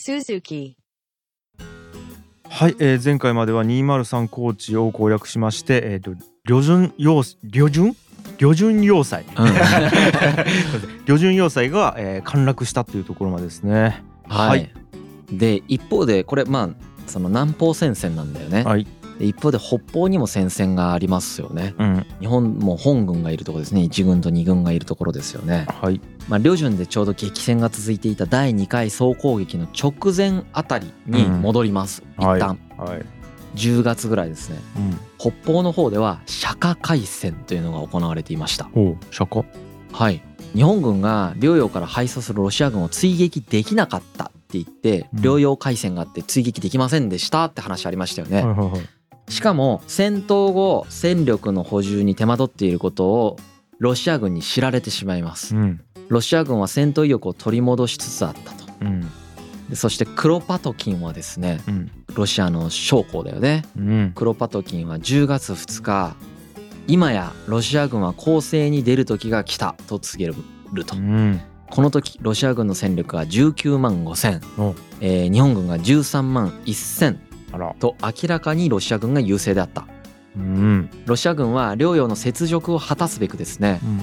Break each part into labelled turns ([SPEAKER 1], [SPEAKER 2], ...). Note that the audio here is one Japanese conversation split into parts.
[SPEAKER 1] Suzuki,
[SPEAKER 2] はい、えー前回までは203高知を攻略しまして、えー、と旅順要旅順旅順要塞
[SPEAKER 3] うんは
[SPEAKER 2] 旅順要塞が、えー陥落したというところまでですね。
[SPEAKER 3] い。で一方でこれまあその南方戦線なんだよね。
[SPEAKER 2] はい、
[SPEAKER 3] で一方で北方にも戦線がありますよね。
[SPEAKER 2] うん、
[SPEAKER 3] 日本も本軍がいるところですね。一軍と二軍がいるところですよね。
[SPEAKER 2] はい、
[SPEAKER 3] まあ旅順でちょうど激戦が続いていた第二回総攻撃の直前あたりに戻ります。
[SPEAKER 2] うん
[SPEAKER 3] 一旦
[SPEAKER 2] はい、
[SPEAKER 3] 10月ぐらいですね。
[SPEAKER 2] うん、
[SPEAKER 3] 北方の方では釈迦海戦というのが行われていました。
[SPEAKER 2] ほう、釈迦、
[SPEAKER 3] はい、日本軍が領洋から敗走するロシア軍を追撃できなかったって言って
[SPEAKER 2] うん
[SPEAKER 3] 領洋海戦があって追撃できませんでしたって話ありましたよ
[SPEAKER 2] は
[SPEAKER 3] ね、
[SPEAKER 2] いはいはい、
[SPEAKER 3] しかも戦闘後戦力の補充に手間取っていることをロシア軍に知られてしまいま
[SPEAKER 2] う
[SPEAKER 3] す
[SPEAKER 2] ん、
[SPEAKER 3] ロシア軍は戦闘意欲を取り戻しつつあったと
[SPEAKER 2] うん、
[SPEAKER 3] でそしてクロパトキンはですね
[SPEAKER 2] うん、
[SPEAKER 3] ロシアの将校だよね
[SPEAKER 2] うん、
[SPEAKER 3] クロパトキンは10月2日今やロシア軍は攻勢に出る時が来たと告げると
[SPEAKER 2] うん、
[SPEAKER 3] この時ロシア軍の戦力が19万5千
[SPEAKER 2] お、
[SPEAKER 3] えー日本軍が13万1千
[SPEAKER 2] あら、
[SPEAKER 3] と明らかにロシア軍が優勢であった
[SPEAKER 2] うん、
[SPEAKER 3] ロシア軍は領洋の雪辱を果たすべくですね
[SPEAKER 2] うん、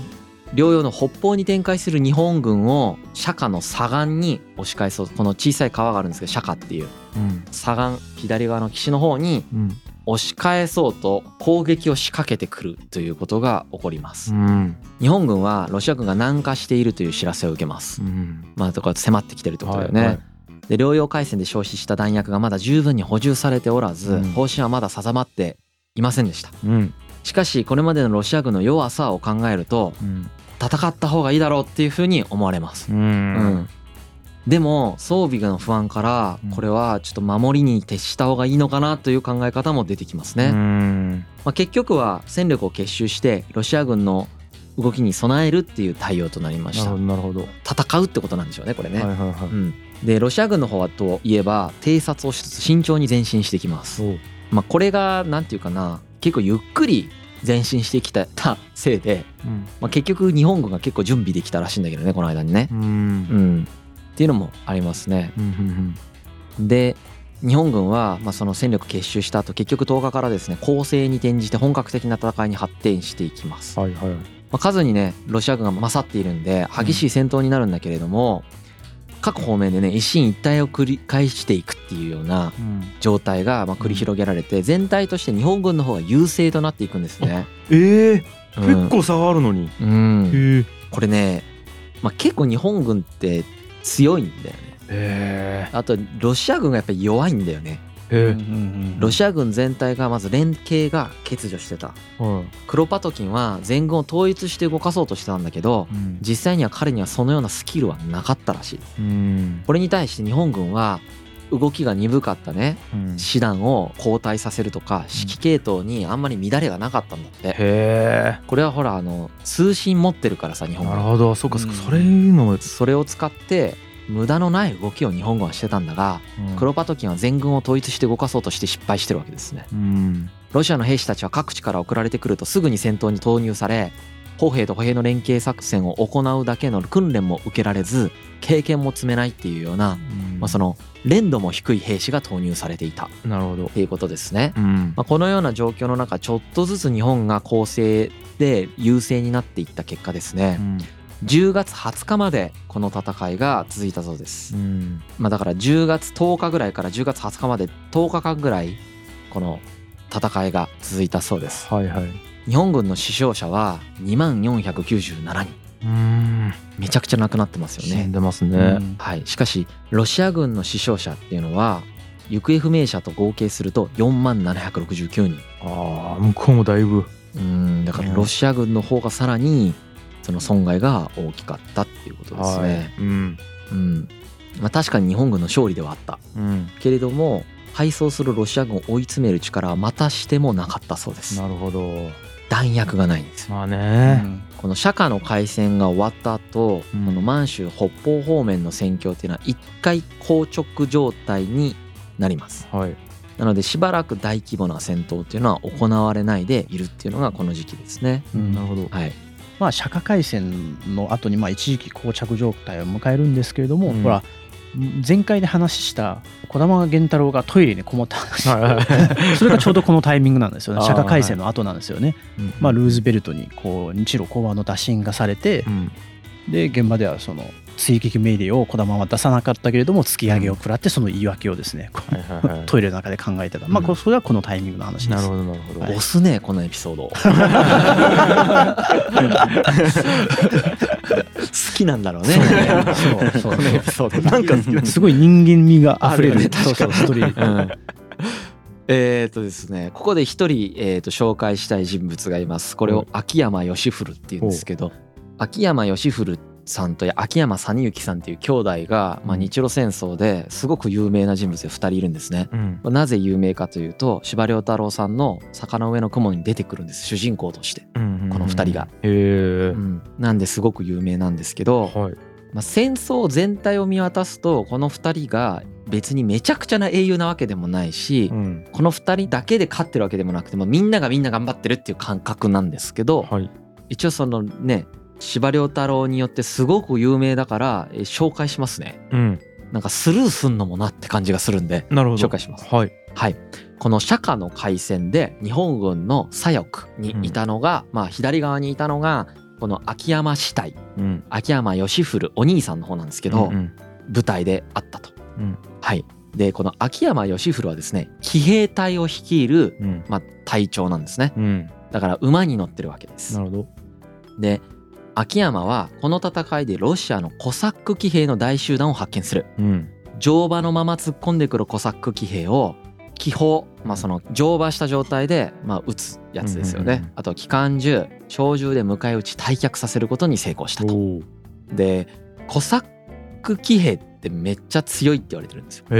[SPEAKER 3] 領洋の北方に展開する日本軍を釈迦の左岸に押し返そうこの小さい川があるんですけど釈迦っていう
[SPEAKER 2] うん、
[SPEAKER 3] 左岸左側の岸の方に
[SPEAKER 2] うん、
[SPEAKER 3] 押し返そうと攻撃を仕掛けてくるということが起こります
[SPEAKER 2] うん、
[SPEAKER 3] 日本軍はロシア軍が南下しているという知らせを受けます
[SPEAKER 2] うん、
[SPEAKER 3] まあとか迫ってきてるってことだよね、
[SPEAKER 2] はいはい
[SPEAKER 3] で領洋海戦で消費した弾薬がまだ十分に補充されておらず、
[SPEAKER 2] うん
[SPEAKER 3] 方針はまだ定まっていませんでした
[SPEAKER 2] うん、
[SPEAKER 3] しかしこれまでのロシア軍の弱さを考えると
[SPEAKER 2] うん、
[SPEAKER 3] 戦った方がいいだろうっていうふうに思われます、
[SPEAKER 2] う
[SPEAKER 3] うん
[SPEAKER 2] ん、
[SPEAKER 3] でも装備の不安から
[SPEAKER 2] うん
[SPEAKER 3] これはちょっと守りに徹した方がいいのかなという考え方も出てきますね、
[SPEAKER 2] うん、
[SPEAKER 3] まあ、結局は戦力を結集してロシア軍の動きに備えるっていう対応となりま
[SPEAKER 2] なる
[SPEAKER 3] し
[SPEAKER 2] ほ
[SPEAKER 3] た
[SPEAKER 2] ど、なるほど、はい
[SPEAKER 3] 戦うってことなんでしょうねこれね、
[SPEAKER 2] はいは
[SPEAKER 3] うん、でロシア軍の方はといえば偵察をしつつ慎重に前進してきます、
[SPEAKER 2] い、
[SPEAKER 3] まあ、これがなんていうかな結構ゆっくり前進してきたたせいで、
[SPEAKER 2] お、うん、
[SPEAKER 3] まあ、結局日本軍が結構準備できたらしいんだけどねこの間にね
[SPEAKER 2] う、、
[SPEAKER 3] うんん、っていうのもありますね
[SPEAKER 2] うん、うん、
[SPEAKER 3] で日本軍はまあその戦力結集した後結局10日からですね攻勢に転じて本格的な戦いに発展していきます、
[SPEAKER 2] はいはい、
[SPEAKER 3] まあ、数にねロシア軍が勝っているんで激しい戦闘になるんだけれども、各方面でね一進一退を繰り返していくっていうような
[SPEAKER 2] うん、
[SPEAKER 3] 状態がまあ繰り広げられて全体として日本軍の方が優勢となっていくんですね。
[SPEAKER 2] ええ、
[SPEAKER 3] うん
[SPEAKER 2] 結構差があるのに、
[SPEAKER 3] うん、
[SPEAKER 2] へえ、
[SPEAKER 3] これね、まあ、結構日本軍って強いんだよね。
[SPEAKER 2] え
[SPEAKER 3] あとロシア軍がやっぱり弱いんだよね。
[SPEAKER 2] え、え
[SPEAKER 3] ロシア軍全体がまず連携が欠如してた。
[SPEAKER 2] え、は
[SPEAKER 3] クロパトキンは全軍を統一して動かそうとしてたんだけど
[SPEAKER 2] い、うん、
[SPEAKER 3] 実際には彼にはそのようなスキルはなかったらしい。
[SPEAKER 2] うん、
[SPEAKER 3] これに対して日本軍は動きが鈍かったね
[SPEAKER 2] うん
[SPEAKER 3] 師団を交代させるとか指揮系統にあんまり乱れがなかったんだって
[SPEAKER 2] へえ
[SPEAKER 3] これはほらあの通信持ってるからさ日本
[SPEAKER 2] なる
[SPEAKER 3] 軍
[SPEAKER 2] ほどそうかそうか
[SPEAKER 4] うん
[SPEAKER 2] それいうのも、
[SPEAKER 3] それを使って無駄のない動きを日本軍はしてたんだが
[SPEAKER 2] うん
[SPEAKER 3] クロパトキンは全軍を統一して動かそうとして失敗してるわけですね
[SPEAKER 2] うん
[SPEAKER 3] ロシアの兵士たちは各地から送られてくるとすぐに戦闘に投入され歩兵と歩兵の連携作戦を行うだけの訓練も受けられず経験も積めないっていうようなまあ、その連度も低い兵士が投入されていたっ
[SPEAKER 2] なるほど
[SPEAKER 3] ていうことですね。
[SPEAKER 2] うん
[SPEAKER 3] まあ、このような状況の中ちょっとずつ日本が攻勢で優勢になっていった結果ですね
[SPEAKER 2] うん
[SPEAKER 3] 10月20日までこの戦いが続いたそうで
[SPEAKER 2] う
[SPEAKER 3] す、
[SPEAKER 2] ん
[SPEAKER 3] まあ、だから10月10日ぐらいから10月20日まで10日間ぐらいこの戦いが続いたそうです
[SPEAKER 2] はいはい
[SPEAKER 3] 日本軍の死傷者は2万497人
[SPEAKER 2] うん
[SPEAKER 3] めちゃくちゃ亡くなってますよ
[SPEAKER 2] 死
[SPEAKER 3] ね
[SPEAKER 2] んでますね
[SPEAKER 3] はい、しかしロシア軍の死傷者っていうのは行方不明者と合計すると4万769人
[SPEAKER 2] ああ向こうもだいぶ
[SPEAKER 3] うんだからロシア軍の方がさらにその損害が大きかったっていうことですね、
[SPEAKER 2] いうん
[SPEAKER 3] うんまあ、確かに日本軍の勝利ではあった
[SPEAKER 2] うん
[SPEAKER 3] けれども敗走するロシア軍を追い詰める力はまたしてもなかったそうです
[SPEAKER 2] なるほど
[SPEAKER 3] 弾薬がないんですよ
[SPEAKER 2] まあね
[SPEAKER 3] この釈迦の海戦が終わった後、
[SPEAKER 2] うん
[SPEAKER 3] この満州北方方面の戦況っていうのは一回硬直状態になります
[SPEAKER 2] はい
[SPEAKER 3] なのでしばらく大規模な戦闘っていうのは行われないでいるっていうのがこの時期ですね。
[SPEAKER 2] なるほ ど
[SPEAKER 3] はい、
[SPEAKER 4] まあ、釈迦海戦の後にまあ一時期膠着状態を迎えるんですけれども、
[SPEAKER 2] うん
[SPEAKER 4] ほら
[SPEAKER 1] 前回で話した児玉源太郎がトイレにこもった話
[SPEAKER 2] はいはい
[SPEAKER 1] それがちょうどこのタイミングなんですよね
[SPEAKER 2] あー
[SPEAKER 1] 釈迦改正の後なんですよね、
[SPEAKER 2] うん
[SPEAKER 1] まあ、ルーズベルトにこう日露講和の打診がされて
[SPEAKER 2] う、ん
[SPEAKER 1] で現場ではその追撃命令を児玉は出さなかったけれども突き上げを食らってその言い訳をですね、こう
[SPEAKER 2] はい はいはい
[SPEAKER 1] トイレの中で考えてた、まあこ
[SPEAKER 2] う
[SPEAKER 1] れそれはこのタイミングの話で
[SPEAKER 2] な
[SPEAKER 1] す
[SPEAKER 2] るほどなるほど、
[SPEAKER 3] 押すねこのエピソー ド好きなんだろうね
[SPEAKER 1] そうそうそう
[SPEAKER 3] このエピソードなんか好きなんだ
[SPEAKER 1] すごい人間味があふれ
[SPEAKER 3] ある
[SPEAKER 1] る
[SPEAKER 3] よね
[SPEAKER 1] そうそうストーリー
[SPEAKER 3] えっとですねここで一人、えー、と紹介したい人物がいますこれ
[SPEAKER 2] はい
[SPEAKER 3] を秋山義古っていうんですけど秋山義古さんと秋山実之さんっていう兄弟が、まあ、日露戦争ですごく有名な人物で2人いるんですね。
[SPEAKER 2] うん
[SPEAKER 3] まあなぜ有名かというと司馬遼太郎さんの「坂の上の雲」に出てくるんです主人公として。
[SPEAKER 2] うんうん
[SPEAKER 3] この二人が
[SPEAKER 2] へえ
[SPEAKER 3] うんなんですごく有名なんですけど、
[SPEAKER 2] はい
[SPEAKER 3] まあ、戦争全体を見渡すとこの2人が別にめちゃくちゃな英雄なわけでもないし、
[SPEAKER 2] うん
[SPEAKER 3] この2人だけで勝ってるわけでもなくてもうみんながみんな頑張ってるっていう感覚なんですけど、
[SPEAKER 2] はい
[SPEAKER 3] 一応そのね司馬遼太郎によってすごく有名だから、えー紹介しますね
[SPEAKER 2] うん
[SPEAKER 3] なんかスルーすんのもなって感じがするんで
[SPEAKER 2] なるほど
[SPEAKER 3] 紹介します
[SPEAKER 2] はい
[SPEAKER 3] はいこの釈迦の海戦で日本軍の左翼にいたのが、まあ左側にいたのがこの秋山死隊
[SPEAKER 2] うん
[SPEAKER 3] 秋山義古お兄さんの方なんですけど、
[SPEAKER 2] うん
[SPEAKER 3] 舞台であったと、
[SPEAKER 2] うん
[SPEAKER 3] はいでこの秋山義古はですね騎兵隊を率いる、
[SPEAKER 2] うん
[SPEAKER 3] まあ、隊長なんですね
[SPEAKER 2] うん
[SPEAKER 3] だから馬に乗ってるわけです
[SPEAKER 2] なるほど
[SPEAKER 3] で秋山はこの戦いでロシアのコサック騎兵の大集団を発見する
[SPEAKER 2] うん
[SPEAKER 3] 乗馬のまま突っ込んでくるコサック騎兵を気砲、まあ、その乗馬した状態で、まあ、撃つやつですよね、
[SPEAKER 2] うんうんうん
[SPEAKER 3] あと機関銃小銃で迎え撃ち退却させることに成功したと
[SPEAKER 2] お
[SPEAKER 3] でコサック騎兵ってめっちゃ強いって言われてるんですよ
[SPEAKER 2] おへ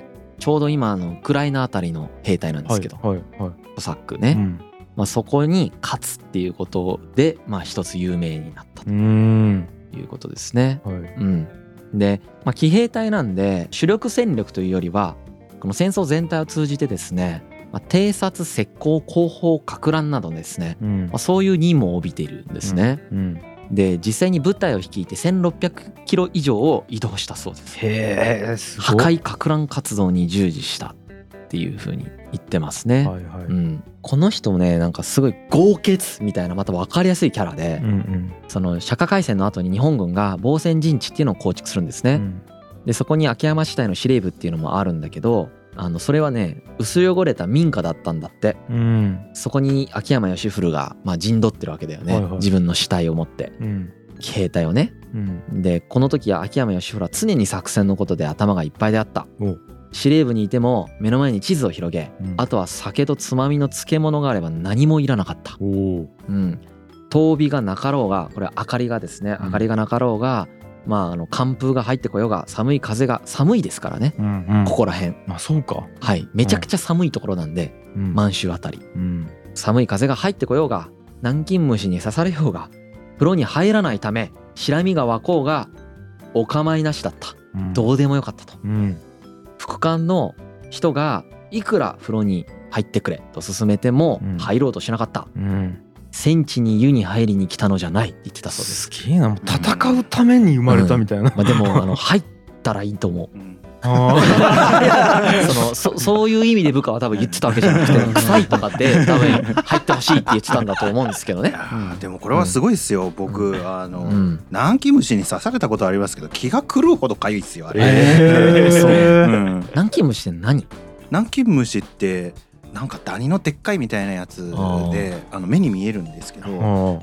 [SPEAKER 2] え
[SPEAKER 3] ちょうど今あのウクライナあたりの兵隊なんですけど、
[SPEAKER 2] はいはいは
[SPEAKER 3] コサック
[SPEAKER 2] い
[SPEAKER 3] ね、
[SPEAKER 2] うん
[SPEAKER 3] まあ、そこに勝つっていうことで、まあ、一つ有名になった
[SPEAKER 2] うーん
[SPEAKER 3] ということですね。
[SPEAKER 2] はい
[SPEAKER 3] うん、で、まあ、騎兵隊なんで主力戦力というよりはこの戦争全体を通じてですね、まあ、偵察石膏後方か乱などですね、
[SPEAKER 2] うん
[SPEAKER 3] まあ、そういう任務を帯びているんですね。
[SPEAKER 2] うん
[SPEAKER 3] で実際に部隊を率いて1,600キロ以上を移動したそうです。
[SPEAKER 2] へえす
[SPEAKER 3] 破
[SPEAKER 2] ごい
[SPEAKER 3] 壊か乱活動に従事したっていうふうに言ってますね。
[SPEAKER 2] はいはいううん
[SPEAKER 3] ん、この人もねなんかすごい豪傑みたいなまた分かりやすいキャラで、
[SPEAKER 2] うん
[SPEAKER 3] その釈迦海戦の後に日本軍が防戦陣地っていうのを構築するんですね、
[SPEAKER 2] うん
[SPEAKER 3] でそこに秋山市隊の司令部っていうのもあるんだけどあのそれはね薄汚れた民家だったんだって
[SPEAKER 2] うん
[SPEAKER 3] そこに秋山義古が、まあ、陣取ってるわけだよね、
[SPEAKER 2] はいはい
[SPEAKER 3] 自分の死体を持って
[SPEAKER 2] うん
[SPEAKER 3] 携帯をね
[SPEAKER 2] うん
[SPEAKER 3] でこの時は秋山義古は常に作戦のことで頭がいっぱいであった
[SPEAKER 2] お
[SPEAKER 3] 司令部にいても目の前に地図を広げ
[SPEAKER 2] うん
[SPEAKER 3] あとは酒とつまみの漬物があれば何もいらなかった。
[SPEAKER 2] おお
[SPEAKER 3] うん。灯火がなかろうが、これは明かりがですね、
[SPEAKER 2] うん
[SPEAKER 3] 明かりがなかろうが、まあ、あの寒風が入ってこようが、寒い風が寒いですからね。
[SPEAKER 2] うんうん
[SPEAKER 3] ここら辺、
[SPEAKER 2] まあそうか
[SPEAKER 3] はい、めちゃくちゃ寒いところなんで、
[SPEAKER 2] うん
[SPEAKER 3] 満州あたり、
[SPEAKER 2] うん
[SPEAKER 3] 寒い風が入ってこようが、南京虫に刺されようが、風呂に入らないため、白身が湧こうが、お構いなしだった。
[SPEAKER 2] うん
[SPEAKER 3] どうでもよかったと。
[SPEAKER 2] うん
[SPEAKER 3] 副官の人がいくら風呂に入ってくれと勧めても
[SPEAKER 2] うん
[SPEAKER 3] 入ろうとしなかった、
[SPEAKER 2] うん
[SPEAKER 3] 戦地に湯に入りに来たのじゃないって言ってたそうです、
[SPEAKER 2] すげえなもう戦うために生まれたみたいな
[SPEAKER 3] まあ、でもあの入ったらいいと思う
[SPEAKER 2] あ
[SPEAKER 3] そのそそういう意味で部下は多分言ってたわけじゃなくて臭いとかって多分入ってほしいって言ってたんだと思うんですけどね、
[SPEAKER 1] うん
[SPEAKER 4] でもこれはすごいですよ、僕あの、
[SPEAKER 3] うん、
[SPEAKER 4] 南京虫に刺されたことありますけど気が狂うほど痒いですよあ
[SPEAKER 2] ー
[SPEAKER 4] れ、
[SPEAKER 2] え
[SPEAKER 3] そう
[SPEAKER 4] う
[SPEAKER 2] ー
[SPEAKER 4] ん、
[SPEAKER 3] 南京虫って何
[SPEAKER 4] 南京虫ってなんかダニのでっかいみたいなやつ
[SPEAKER 3] あー
[SPEAKER 4] であの目に見えるんですけど、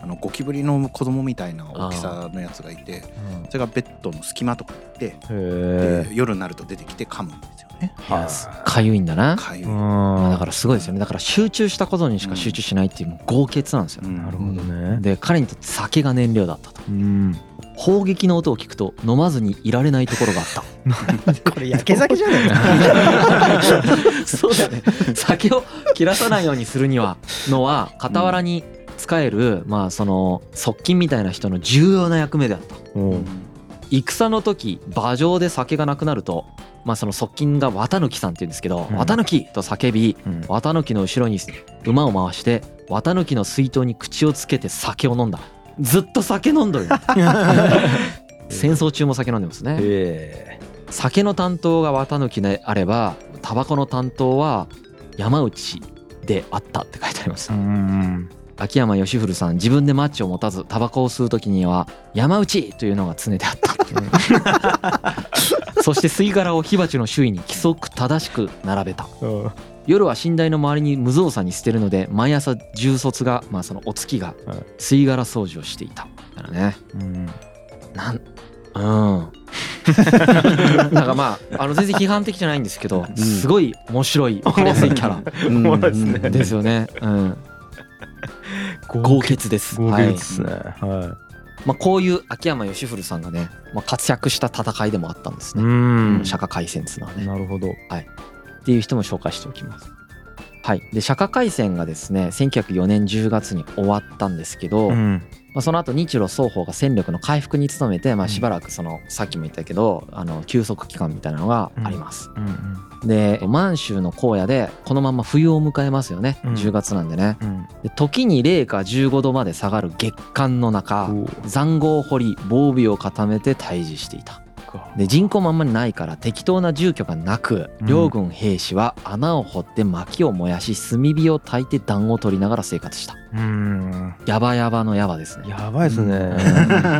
[SPEAKER 2] あ
[SPEAKER 4] あのゴキブリの子供みたいな大きさのやつがいてそれがベッドの隙間とかに行って、
[SPEAKER 2] ーへ
[SPEAKER 4] で夜になると出てきて噛むんですよね。
[SPEAKER 2] え
[SPEAKER 3] かゆいんだな
[SPEAKER 4] かゆい、
[SPEAKER 3] まあだ
[SPEAKER 2] だ
[SPEAKER 3] からすごいですよねだから集中したことにしか集中しないっていうもう豪傑なんですよ、
[SPEAKER 4] うん
[SPEAKER 2] なるほどね
[SPEAKER 3] で彼にとって酒が燃料だったと
[SPEAKER 2] うん
[SPEAKER 3] 砲撃の音を聞くと飲まずにいられないところがあった
[SPEAKER 1] これ焼け酒じゃねえか
[SPEAKER 3] そうだ ね酒を切らさないようにするにはのは傍らに仕える、まあその側近みたいな人の重要な役目であった
[SPEAKER 2] お
[SPEAKER 4] うん
[SPEAKER 2] う
[SPEAKER 3] 戦の時馬上で酒がなくなると、まあ、その側近が綿貫さんっていうんですけど「
[SPEAKER 2] うん
[SPEAKER 3] 綿貫!」と叫び
[SPEAKER 2] うん
[SPEAKER 3] 綿貫の後ろに馬を回して綿貫の水筒に口をつけて酒を飲んだ ずっと酒飲んどる戦争中も酒飲んでますね
[SPEAKER 2] へえ
[SPEAKER 3] 酒の担当が綿貫であればタバコの担当は山内であったって書いてあります
[SPEAKER 2] う、ん
[SPEAKER 3] 秋山義古さん自分でマッチを持たずタバコを吸う時には「山内!」というのが常であった そして吸い殻を火鉢の周囲に規則正しく並べた
[SPEAKER 2] うんうん
[SPEAKER 3] 夜は寝台の周りに無造作に捨てるので毎朝重卒が、まあ、そのお月が
[SPEAKER 2] はい
[SPEAKER 3] 吸い殻掃除をしていただからね
[SPEAKER 2] うん
[SPEAKER 3] なんうん だからまああの全然批判的じゃないんですけど、
[SPEAKER 1] ん
[SPEAKER 3] すごい面白い分かりやすいキャ
[SPEAKER 1] うん
[SPEAKER 2] おもろいっすね
[SPEAKER 3] ラですよね、うん、豪傑です
[SPEAKER 2] 豪
[SPEAKER 3] は
[SPEAKER 2] 傑
[SPEAKER 3] い
[SPEAKER 2] ですねは
[SPEAKER 3] まあ、こういう秋山義古さんがね、まあ、活躍した戦いでもあったんです
[SPEAKER 2] い
[SPEAKER 3] ね、
[SPEAKER 2] ん
[SPEAKER 3] 釈迦海戦っつうのはね、
[SPEAKER 2] なるほど
[SPEAKER 3] っていう人も紹介しておきます。はい、で釈迦海戦がですね1904年10月に終わったんですけど、ま
[SPEAKER 2] ん
[SPEAKER 3] あ、その後日露双方が戦力の回復に努めて、ま
[SPEAKER 2] う
[SPEAKER 3] あ、
[SPEAKER 2] ん
[SPEAKER 3] しばらくそのさっきも言ったけどあの休息期間みたいなのがあります。
[SPEAKER 2] うん
[SPEAKER 3] で満州の荒野でこのまま冬を迎えますよね、
[SPEAKER 2] うん
[SPEAKER 3] 10月なんでね。
[SPEAKER 2] うん
[SPEAKER 3] で時に零下15度まで下がる月間の中、塹壕を掘り防備を固めて対峙していたで人口もあんまりないから適当な住居がなく
[SPEAKER 2] うん
[SPEAKER 3] 両軍兵士は穴を掘って薪を燃やし炭火を焚いて暖を取りながら生活した
[SPEAKER 2] うん
[SPEAKER 3] ヤバヤバのヤバですね
[SPEAKER 2] やばいですね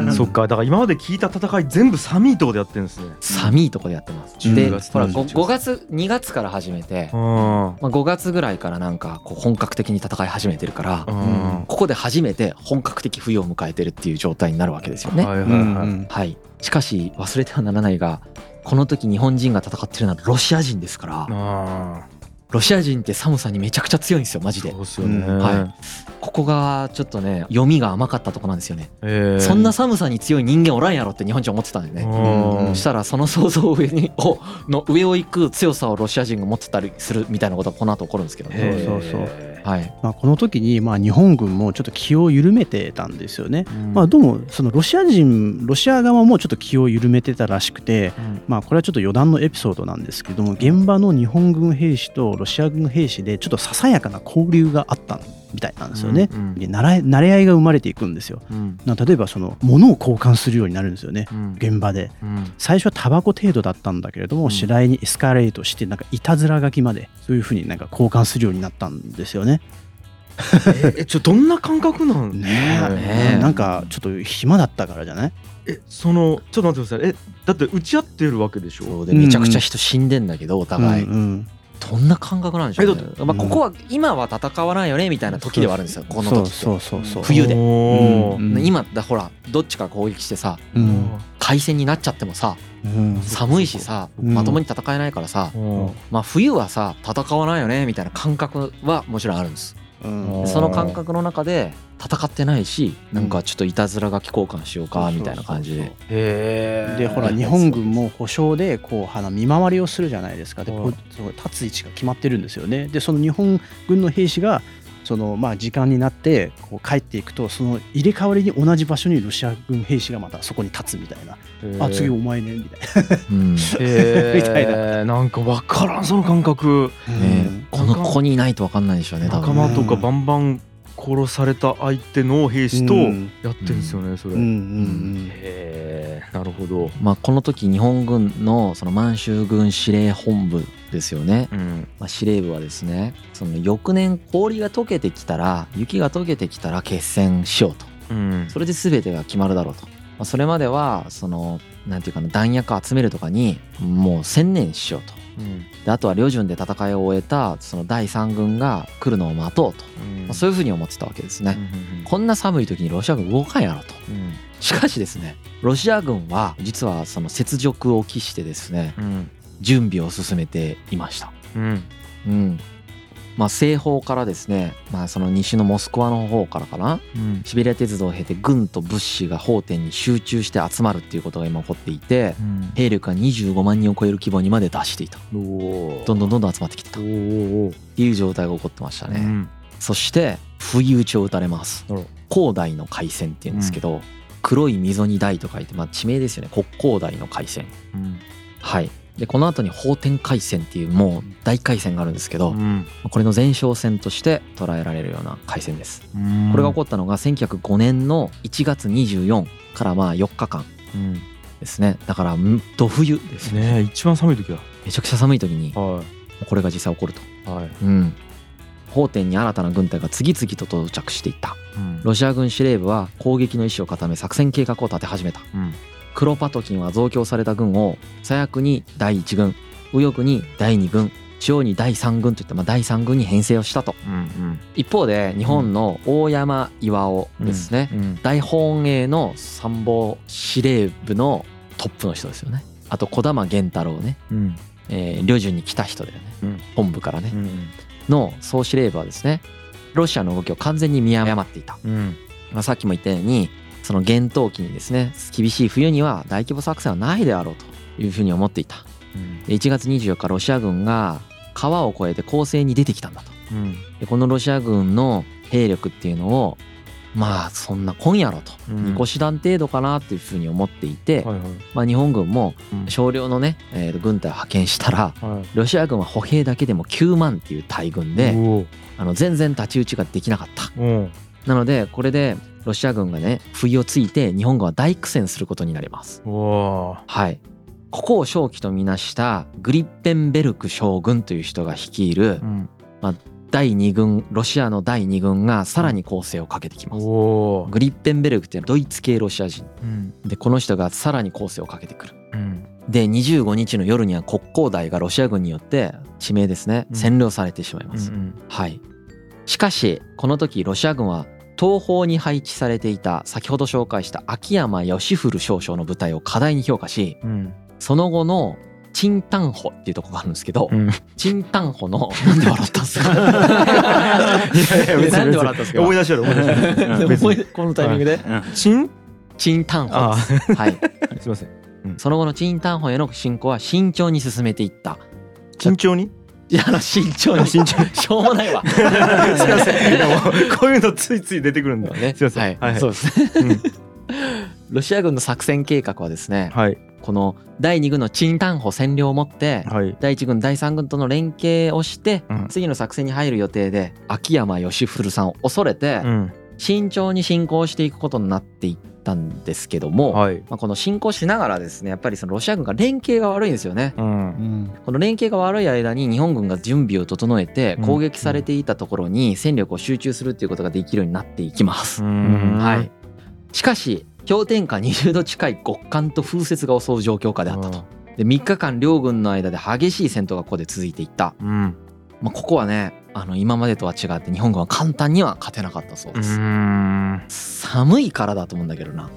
[SPEAKER 3] うん
[SPEAKER 2] そっかだから今まで聞いた戦い全部寒いとこでやってるんですね
[SPEAKER 3] 寒いとこでやってますで
[SPEAKER 4] 10月
[SPEAKER 3] ほら
[SPEAKER 4] 11
[SPEAKER 3] 5,
[SPEAKER 4] 月
[SPEAKER 3] 月2月から始めて、
[SPEAKER 2] うん
[SPEAKER 3] まあ、5月ぐらいからなんかこう本格的に戦い始めてるから
[SPEAKER 2] うん
[SPEAKER 3] ここで初めて本格的冬を迎えてるっていう状態になるわけですよね
[SPEAKER 2] はいはい
[SPEAKER 1] うん
[SPEAKER 2] は
[SPEAKER 1] う
[SPEAKER 2] い
[SPEAKER 1] ん
[SPEAKER 3] はい、しかし忘れてはならないがこの時日本人が戦ってるのはロシア人ですから
[SPEAKER 2] あ
[SPEAKER 3] ロシア人って寒さにめちゃくちゃ強いんですよマ
[SPEAKER 2] あ
[SPEAKER 3] ジで
[SPEAKER 2] そうっすよね
[SPEAKER 4] うん
[SPEAKER 3] はここがちょっとね読みが甘かったとこなんですよね、
[SPEAKER 2] ええ
[SPEAKER 3] そんな寒さに強い人間おらんやろって日本人は思ってたんだよ
[SPEAKER 2] う
[SPEAKER 3] ね、
[SPEAKER 2] ん
[SPEAKER 3] そしたらその想像を上に をの上を行く強さをロシア人が持ってたりするみたいなことがこの後起こるんですけど
[SPEAKER 2] へ
[SPEAKER 3] ね
[SPEAKER 2] え
[SPEAKER 1] そうそうそう
[SPEAKER 3] はい
[SPEAKER 1] まあ、この時にまあ日本軍もちょっと気を緩めてたんですよね。
[SPEAKER 2] うん
[SPEAKER 1] まあ、どうもそのロシア人ロシア側もちょっと気を緩めてたらしくて、
[SPEAKER 2] うん
[SPEAKER 1] まあ、これはちょっと余談のエピソードなんですけども現場の日本軍兵士とロシア軍兵士でちょっとささやかな交流があったみたいなんですよね。
[SPEAKER 2] うん
[SPEAKER 1] で慣れ慣れ合いが生まれていくんですよ。
[SPEAKER 2] うん
[SPEAKER 1] な例えばその物を交換するようになるんですよね
[SPEAKER 2] うん
[SPEAKER 1] 現場で
[SPEAKER 2] うん
[SPEAKER 1] 最初はタバコ程度だったんだけれども、
[SPEAKER 2] うん
[SPEAKER 1] 次第にエスカレートしてなんかいたずら書きまでそういうふうになんか交換するようになったんですよね。
[SPEAKER 2] ええちょどんな感覚なん
[SPEAKER 1] ねえ
[SPEAKER 3] ねえ
[SPEAKER 1] なんかちょっと暇だったからじゃない
[SPEAKER 2] えそのちょっと待ってくださいえだって打ち合ってるわけでしょ
[SPEAKER 3] そうでめちゃくちゃ人死んでんだけどお互い、
[SPEAKER 1] うんうん
[SPEAKER 3] どんな感覚なんでしょうね
[SPEAKER 2] えだっ、
[SPEAKER 3] まあ、ここは今は戦わないよねみたいな時ではあるんですよこの時って
[SPEAKER 1] そうそうそうそう
[SPEAKER 3] 冬で
[SPEAKER 2] おー
[SPEAKER 1] うんうん
[SPEAKER 3] 今だほらどっちか攻撃してさ
[SPEAKER 1] うん
[SPEAKER 3] 海戦になっちゃってもさ
[SPEAKER 1] うん
[SPEAKER 3] 寒いしさ
[SPEAKER 1] うん
[SPEAKER 3] まともに戦えないからさ、
[SPEAKER 2] うん
[SPEAKER 3] まあ、冬はさ戦わないよねみたいな感覚はもちろんあるんです
[SPEAKER 1] うん
[SPEAKER 2] あー
[SPEAKER 3] その感覚の中で戦ってないしなんかちょっといたずら書き交換しようかみたいな感じで
[SPEAKER 2] へえ
[SPEAKER 1] でほら日本軍も保証でこう花見回りをするじゃないですかで
[SPEAKER 2] はい
[SPEAKER 1] こうその立つ位置が決まってるんですよねでその日本軍の兵士がそのまあ時間になってこう帰っていくとその入れ替わりに同じ場所にロシア軍兵士がまたそこに立つみたいな「あ次お前ね」みたいな、
[SPEAKER 3] うん
[SPEAKER 2] へ
[SPEAKER 1] みたい
[SPEAKER 2] ななんか分からんその感覚
[SPEAKER 3] ね
[SPEAKER 1] うん
[SPEAKER 3] このここにいないと分かんないでしょうね多
[SPEAKER 2] 仲
[SPEAKER 3] 分
[SPEAKER 2] 間とかバンバン殺された相手の兵士と
[SPEAKER 1] うん
[SPEAKER 2] やってるんですよねそれ
[SPEAKER 1] うんうん
[SPEAKER 2] へえなるほど
[SPEAKER 3] まあ、この時日本軍のその満州軍司令本部ですよね
[SPEAKER 2] うん
[SPEAKER 3] まあ、司令部はですねその翌年氷が溶けてきたら雪が溶けてきたら決戦しようと
[SPEAKER 2] うん
[SPEAKER 3] それで全てが決まるだろうと、まあ、それまではそのなんていうかな弾薬集めるとかにもう専念しようと
[SPEAKER 2] うん
[SPEAKER 3] であとは旅順で戦いを終えたその第三軍が来るのを待とうと、
[SPEAKER 2] うん
[SPEAKER 3] まあ、そういうふうに思ってたわけです
[SPEAKER 2] う
[SPEAKER 3] ね、
[SPEAKER 2] ん
[SPEAKER 3] こんな寒い時にロシア軍動かんやろと
[SPEAKER 2] うん
[SPEAKER 3] しかしですねロシア軍は実はその雪辱を期してですね
[SPEAKER 2] うん
[SPEAKER 3] 準備を進めていました
[SPEAKER 2] うん
[SPEAKER 3] うんまあ、西方からですね、まあ、その西のモスクワの方からかな
[SPEAKER 2] うん
[SPEAKER 3] シベリア鉄道を経て軍と物資が法典に集中して集まるっていうことが今起こっていて
[SPEAKER 2] うん
[SPEAKER 3] 兵力が25万人を超える規模にまで達していた
[SPEAKER 2] おお
[SPEAKER 3] どんどんどんどん集まってきてたっ
[SPEAKER 2] お
[SPEAKER 3] て
[SPEAKER 2] おお
[SPEAKER 3] いう状態が起こってました
[SPEAKER 2] う
[SPEAKER 3] ね、
[SPEAKER 2] ん
[SPEAKER 3] そして不意打ちを打たれます
[SPEAKER 2] なるほ
[SPEAKER 3] 広大の海戦っていうんですけど、黒い溝に大と書いて、まあ、地名ですよね国交大の海戦
[SPEAKER 2] うん
[SPEAKER 3] はいでこの後に法典海戦っていうもう大海戦があるんですけど、これの前哨戦として捉えられるような海戦です。これが起こったのが1905年の1月24からまあ4日間
[SPEAKER 2] うん
[SPEAKER 3] ですねだからんど冬ですね
[SPEAKER 2] ねえ一番寒い時だ
[SPEAKER 3] めちゃくちゃ寒い時に
[SPEAKER 2] は
[SPEAKER 3] これが実際起こると、
[SPEAKER 2] いはい、
[SPEAKER 3] うん、法典に新たな軍隊が次々と到着していった
[SPEAKER 2] うん
[SPEAKER 3] ロシア軍司令部は攻撃の意思を固め作戦計画を立て始めた
[SPEAKER 2] うん
[SPEAKER 3] クロパトキンは増強された軍を左翼に第1軍右翼に第2軍中央に第3軍といった、まあ、第3軍に編成をしたと
[SPEAKER 2] うん
[SPEAKER 3] 一方で日本の大山岩尾
[SPEAKER 2] うん
[SPEAKER 3] ですね、
[SPEAKER 2] うん
[SPEAKER 3] 大本営の参謀司令部のトップの人ですよねあと児玉源太郎ね
[SPEAKER 2] うん
[SPEAKER 3] えー旅順に来た人だよね、
[SPEAKER 2] うん
[SPEAKER 3] 本部からね、
[SPEAKER 2] うん
[SPEAKER 3] の総司令部はですねロシアの動きを完全に見誤っていた、
[SPEAKER 2] うん
[SPEAKER 3] まあ、さっきも言ったようにその厳冬期にですね厳しい冬には大規模作戦はないであろうというふうに思っていた
[SPEAKER 2] うん
[SPEAKER 3] で1月24日ロシア軍が川を越えて攻勢に出てきたんだと
[SPEAKER 2] うん
[SPEAKER 3] でこのロシア軍の兵力っていうのをまあそんな今やろと
[SPEAKER 2] うん
[SPEAKER 3] 2個師団程度かなというふうに思っていて、
[SPEAKER 2] はいはい
[SPEAKER 3] まあ、日本軍も
[SPEAKER 2] うん
[SPEAKER 3] 少量のね、えー軍隊を派遣したら
[SPEAKER 2] はい
[SPEAKER 3] ロシア軍は歩兵だけでも9万っていう大軍で
[SPEAKER 2] う
[SPEAKER 3] あの全然太刀打ちができなかった
[SPEAKER 2] おうん
[SPEAKER 3] なのでこれでロシア軍がね不意をついて日本軍は大苦戦することになります
[SPEAKER 2] うわ
[SPEAKER 3] はいここを正気とみなしたグリッペンベルク将軍という人が率いる
[SPEAKER 2] うん
[SPEAKER 3] 第2軍ロシアの第2軍がさらに攻勢をかけてきます
[SPEAKER 2] お
[SPEAKER 3] グリッペンベルクっていうのはドイツ系ロシア人
[SPEAKER 2] うん
[SPEAKER 3] でこの人がさらに攻勢をかけてくる
[SPEAKER 2] うん
[SPEAKER 3] で25日の夜には国交大がロシア軍によって地名ですね
[SPEAKER 2] うん
[SPEAKER 3] 占領されてしまいます、
[SPEAKER 2] ん
[SPEAKER 3] はい。しかし、この時ロシア軍は東方に配置されていた先ほど紹介した秋山義古少将の部隊を過大に評価し、
[SPEAKER 2] うん
[SPEAKER 3] その後の陳丹穂っていうとこがあるんですけど、
[SPEAKER 2] うん
[SPEAKER 3] 陳丹穂 の、なんで笑ったんですかなんで笑ったんですか
[SPEAKER 2] 思い出しちゃう思い出しちゃう
[SPEAKER 3] で
[SPEAKER 4] 別
[SPEAKER 3] も
[SPEAKER 4] に
[SPEAKER 3] 思いこのタイミングで
[SPEAKER 2] チン
[SPEAKER 3] 陳丹穂
[SPEAKER 2] あ
[SPEAKER 3] です。はい。
[SPEAKER 2] すいません
[SPEAKER 3] その後の陳丹穂への進行は慎重に進めて いった。
[SPEAKER 2] 慎重に
[SPEAKER 3] いや、あの慎重に。
[SPEAKER 2] 慎重
[SPEAKER 3] しょうもないわ。
[SPEAKER 2] すいませんでもこういうのついつい出てくるんだ
[SPEAKER 3] ね
[SPEAKER 2] すいません
[SPEAKER 3] はい
[SPEAKER 2] はいはい
[SPEAKER 3] そうですね。ロシア軍の作戦計画はですね、
[SPEAKER 2] はい
[SPEAKER 3] この第2軍のチンタンホ占領をもって、
[SPEAKER 2] はい
[SPEAKER 3] 第1軍第3軍との連携をして、
[SPEAKER 2] うん
[SPEAKER 3] 次の作戦に入る予定で秋山義古さんを恐れて、
[SPEAKER 2] うん
[SPEAKER 3] 慎重に進行していくことになっていったんですけども、
[SPEAKER 2] はい
[SPEAKER 3] まあ、この進行しながらですねやっぱりそのロシア軍が連携が悪いんですよね。
[SPEAKER 2] うん
[SPEAKER 3] この連携が悪い間に日本軍が準備を整えて
[SPEAKER 2] うん
[SPEAKER 3] 攻撃されていたところに戦力を集中するっていうことができるようになっていきます。
[SPEAKER 2] うん
[SPEAKER 3] はい、しかし氷点下20度近い極寒と風雪が襲う状況下であったと。で3日間両軍の間で激しい戦闘がここで続いていった、
[SPEAKER 2] うん
[SPEAKER 3] まあ、ここはねあの今までとは違って日本軍は簡単には勝てなかったそう
[SPEAKER 2] う
[SPEAKER 3] です、
[SPEAKER 2] ん
[SPEAKER 3] 寒いからだと思うんだけどな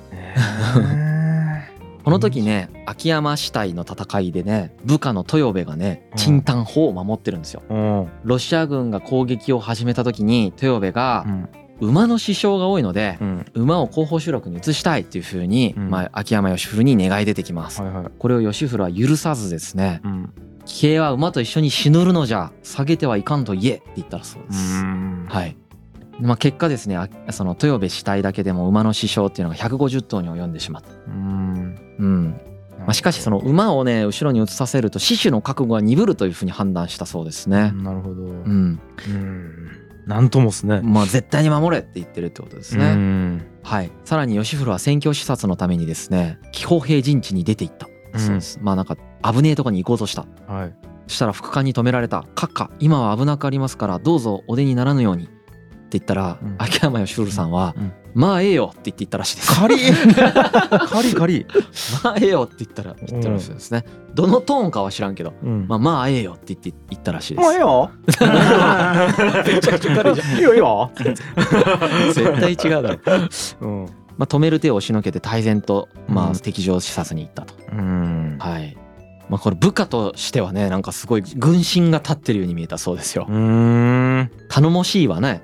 [SPEAKER 3] この時ね秋山死体の戦いでね部下の豊部がね
[SPEAKER 2] うん
[SPEAKER 3] 陳丹砲を守ってるんですよ
[SPEAKER 2] うん
[SPEAKER 3] ロシア軍が攻撃を始めた時に豊部が馬の死傷が多いので
[SPEAKER 2] うん
[SPEAKER 3] 馬を後方集落に移したいっていう風に、
[SPEAKER 2] うん
[SPEAKER 3] まあ、秋山義古に願い出てきます、
[SPEAKER 2] はいはい
[SPEAKER 3] これを義古は許さずですね
[SPEAKER 2] うん
[SPEAKER 3] 騎兵は馬と一緒に死ぬるのじゃ下げてはいかんと言えって言ったらそうで
[SPEAKER 2] う
[SPEAKER 3] す、
[SPEAKER 2] ん
[SPEAKER 3] はいまあ、結果ですねあその豊部死体だけでも馬の死傷っていうのが150頭に及んでしまった
[SPEAKER 2] うん
[SPEAKER 3] うんまあ、しかしその馬をね後ろに移させると死守の覚悟が鈍るというふうに判断したそうですね、
[SPEAKER 2] なるほどう
[SPEAKER 3] うん
[SPEAKER 2] んなんともっすね
[SPEAKER 3] まあ、絶対に守れって言ってるってことですね、
[SPEAKER 2] うん
[SPEAKER 3] はい、さらに吉古は選挙視察のためにですね紀方兵陣地に出て行った、そうですまあなんか危ねえとこに行こうとした
[SPEAKER 2] はい
[SPEAKER 3] したら副官に止められた「閣下今は危なくありますからどうぞお出にならぬように」って言ったら、
[SPEAKER 2] うん
[SPEAKER 3] 秋山義古さんは「
[SPEAKER 2] うん
[SPEAKER 3] まあええよ」って言って言ったらしいです
[SPEAKER 2] カリカリカリ
[SPEAKER 3] 「 まあええよ」って言ったら言ったらしいですね、どのトーンかは知らんけど「まあまあええよ」って言って言ったらしいです、
[SPEAKER 2] よめちゃくちゃ軽いじゃんいいよいいよ
[SPEAKER 3] 絶対違うだろ、
[SPEAKER 2] うん
[SPEAKER 3] まあ、止める手を押しのけて泰然と、ま
[SPEAKER 2] う
[SPEAKER 3] あ、
[SPEAKER 2] ん
[SPEAKER 3] 敵情視察に行ったと
[SPEAKER 2] うん
[SPEAKER 3] はい。まあ、これ部下としてはねなんかすごい軍心が立ってるように見えたそうですよ
[SPEAKER 2] う。ーん
[SPEAKER 3] 頼もしいわね。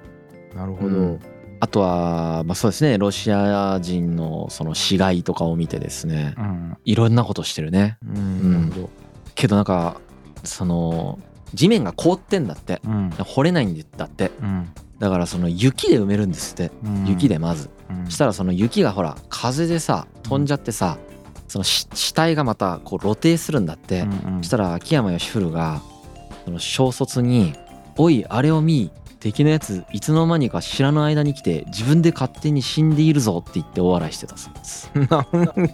[SPEAKER 2] なるほ
[SPEAKER 3] う
[SPEAKER 2] ど
[SPEAKER 3] んあとは、まあ、そうですねロシア人のその死骸とかを見てですね
[SPEAKER 2] うん
[SPEAKER 3] いろんなことしてるね。
[SPEAKER 2] うんなるほど
[SPEAKER 3] けどなんかその地面が凍ってんだって
[SPEAKER 2] うん
[SPEAKER 3] 掘れないんだって
[SPEAKER 2] うん
[SPEAKER 3] だからその雪で埋めるんですって
[SPEAKER 2] うん
[SPEAKER 3] 雪でまず、
[SPEAKER 2] うん
[SPEAKER 3] したらその雪がほら風でさ飛んじゃってさ、その死死体がまたこう露呈するんだって、
[SPEAKER 2] うんうん
[SPEAKER 3] そしたら秋山義古がその小卒に「おいあれを見い敵のやついつの間にか知らぬ間に来て自分で勝手に死んでいるぞ」って言って大笑いしてたそうです。
[SPEAKER 2] なんか
[SPEAKER 3] なん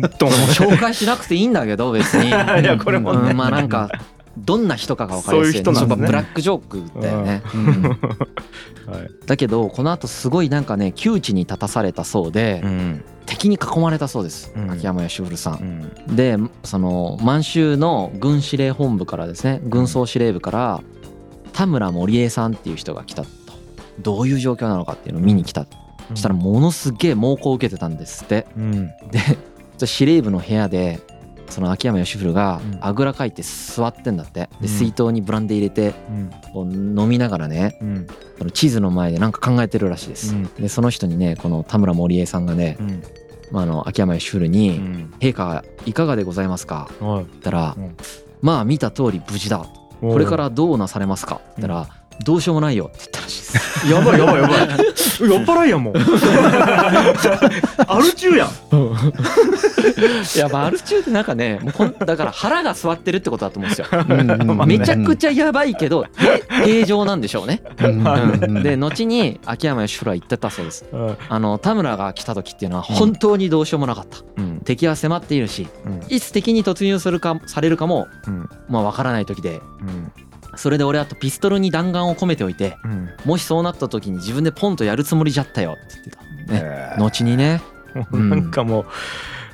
[SPEAKER 2] な
[SPEAKER 3] か
[SPEAKER 2] んとも
[SPEAKER 3] 紹介しなくていいんだけど別に
[SPEAKER 2] いやこれもね
[SPEAKER 3] うんまあなんかどんな人かが分かりやすい
[SPEAKER 2] そ
[SPEAKER 3] よね
[SPEAKER 2] ういう人なんですね
[SPEAKER 3] やっぱブラックジョークだよね、うん
[SPEAKER 2] はい
[SPEAKER 3] だけどこの後すごいなんかね窮地に立たされたそうで、
[SPEAKER 2] うん
[SPEAKER 3] 敵に囲まれたそうです、
[SPEAKER 2] うん
[SPEAKER 3] 秋山義文さ、
[SPEAKER 2] うんん
[SPEAKER 3] でその満州の軍司令本部からですね軍総司令部から田村森江さんっていう人が来たとどういう状況なのかっていうのを見に来たそしたらものすげえ猛攻を受けてたんですって
[SPEAKER 2] うん
[SPEAKER 3] でじゃあ司令部の部屋でその秋山義古が
[SPEAKER 2] うん
[SPEAKER 3] あぐらかいて座ってんだって
[SPEAKER 2] うん
[SPEAKER 3] で水筒にブランデー入れて
[SPEAKER 2] うん
[SPEAKER 3] こう飲みながらね
[SPEAKER 2] うん
[SPEAKER 3] その地図の前でなんか考えてるらしいで
[SPEAKER 2] う
[SPEAKER 3] す、
[SPEAKER 2] ん
[SPEAKER 3] でその人にねこの田村森江さんがね、
[SPEAKER 2] うん
[SPEAKER 3] まあ、あの秋山義古
[SPEAKER 2] う
[SPEAKER 3] に
[SPEAKER 2] ん
[SPEAKER 3] 「陛下いかがでございますか?」
[SPEAKER 2] はい
[SPEAKER 3] 言ったら
[SPEAKER 2] うん
[SPEAKER 3] 「まあ見た通り無事だ
[SPEAKER 2] こ
[SPEAKER 3] これからどうなされますか?」言ったら「どうしようもないよ」って言ったらしいで す
[SPEAKER 2] やばいやばいやばい酔っ払いやもんアル中やん
[SPEAKER 3] い やまあアル中ってなんかねもうこんだから腹が座ってるってことだと思うんですよ
[SPEAKER 1] う ん
[SPEAKER 3] めちゃくちゃやばいけどへ平常なんでしょ うね。
[SPEAKER 1] うんうん
[SPEAKER 3] で後に秋山義弘は言ってたそうです。
[SPEAKER 2] うん
[SPEAKER 3] あの田村が来た時っていうのは本当にどうしようもなかった。
[SPEAKER 2] うん
[SPEAKER 3] 敵は迫っているし
[SPEAKER 2] うん
[SPEAKER 3] いつ敵に突入するかされるかも
[SPEAKER 2] うん
[SPEAKER 3] まあわからない時で
[SPEAKER 2] うん
[SPEAKER 3] それで俺はあとピストルに弾丸を込めておいて
[SPEAKER 2] うん
[SPEAKER 3] もしそうなった時に自分でポンとやるつもりじゃったよって言ってた。ね
[SPEAKER 2] えー
[SPEAKER 3] 後にねうん
[SPEAKER 2] なんかもう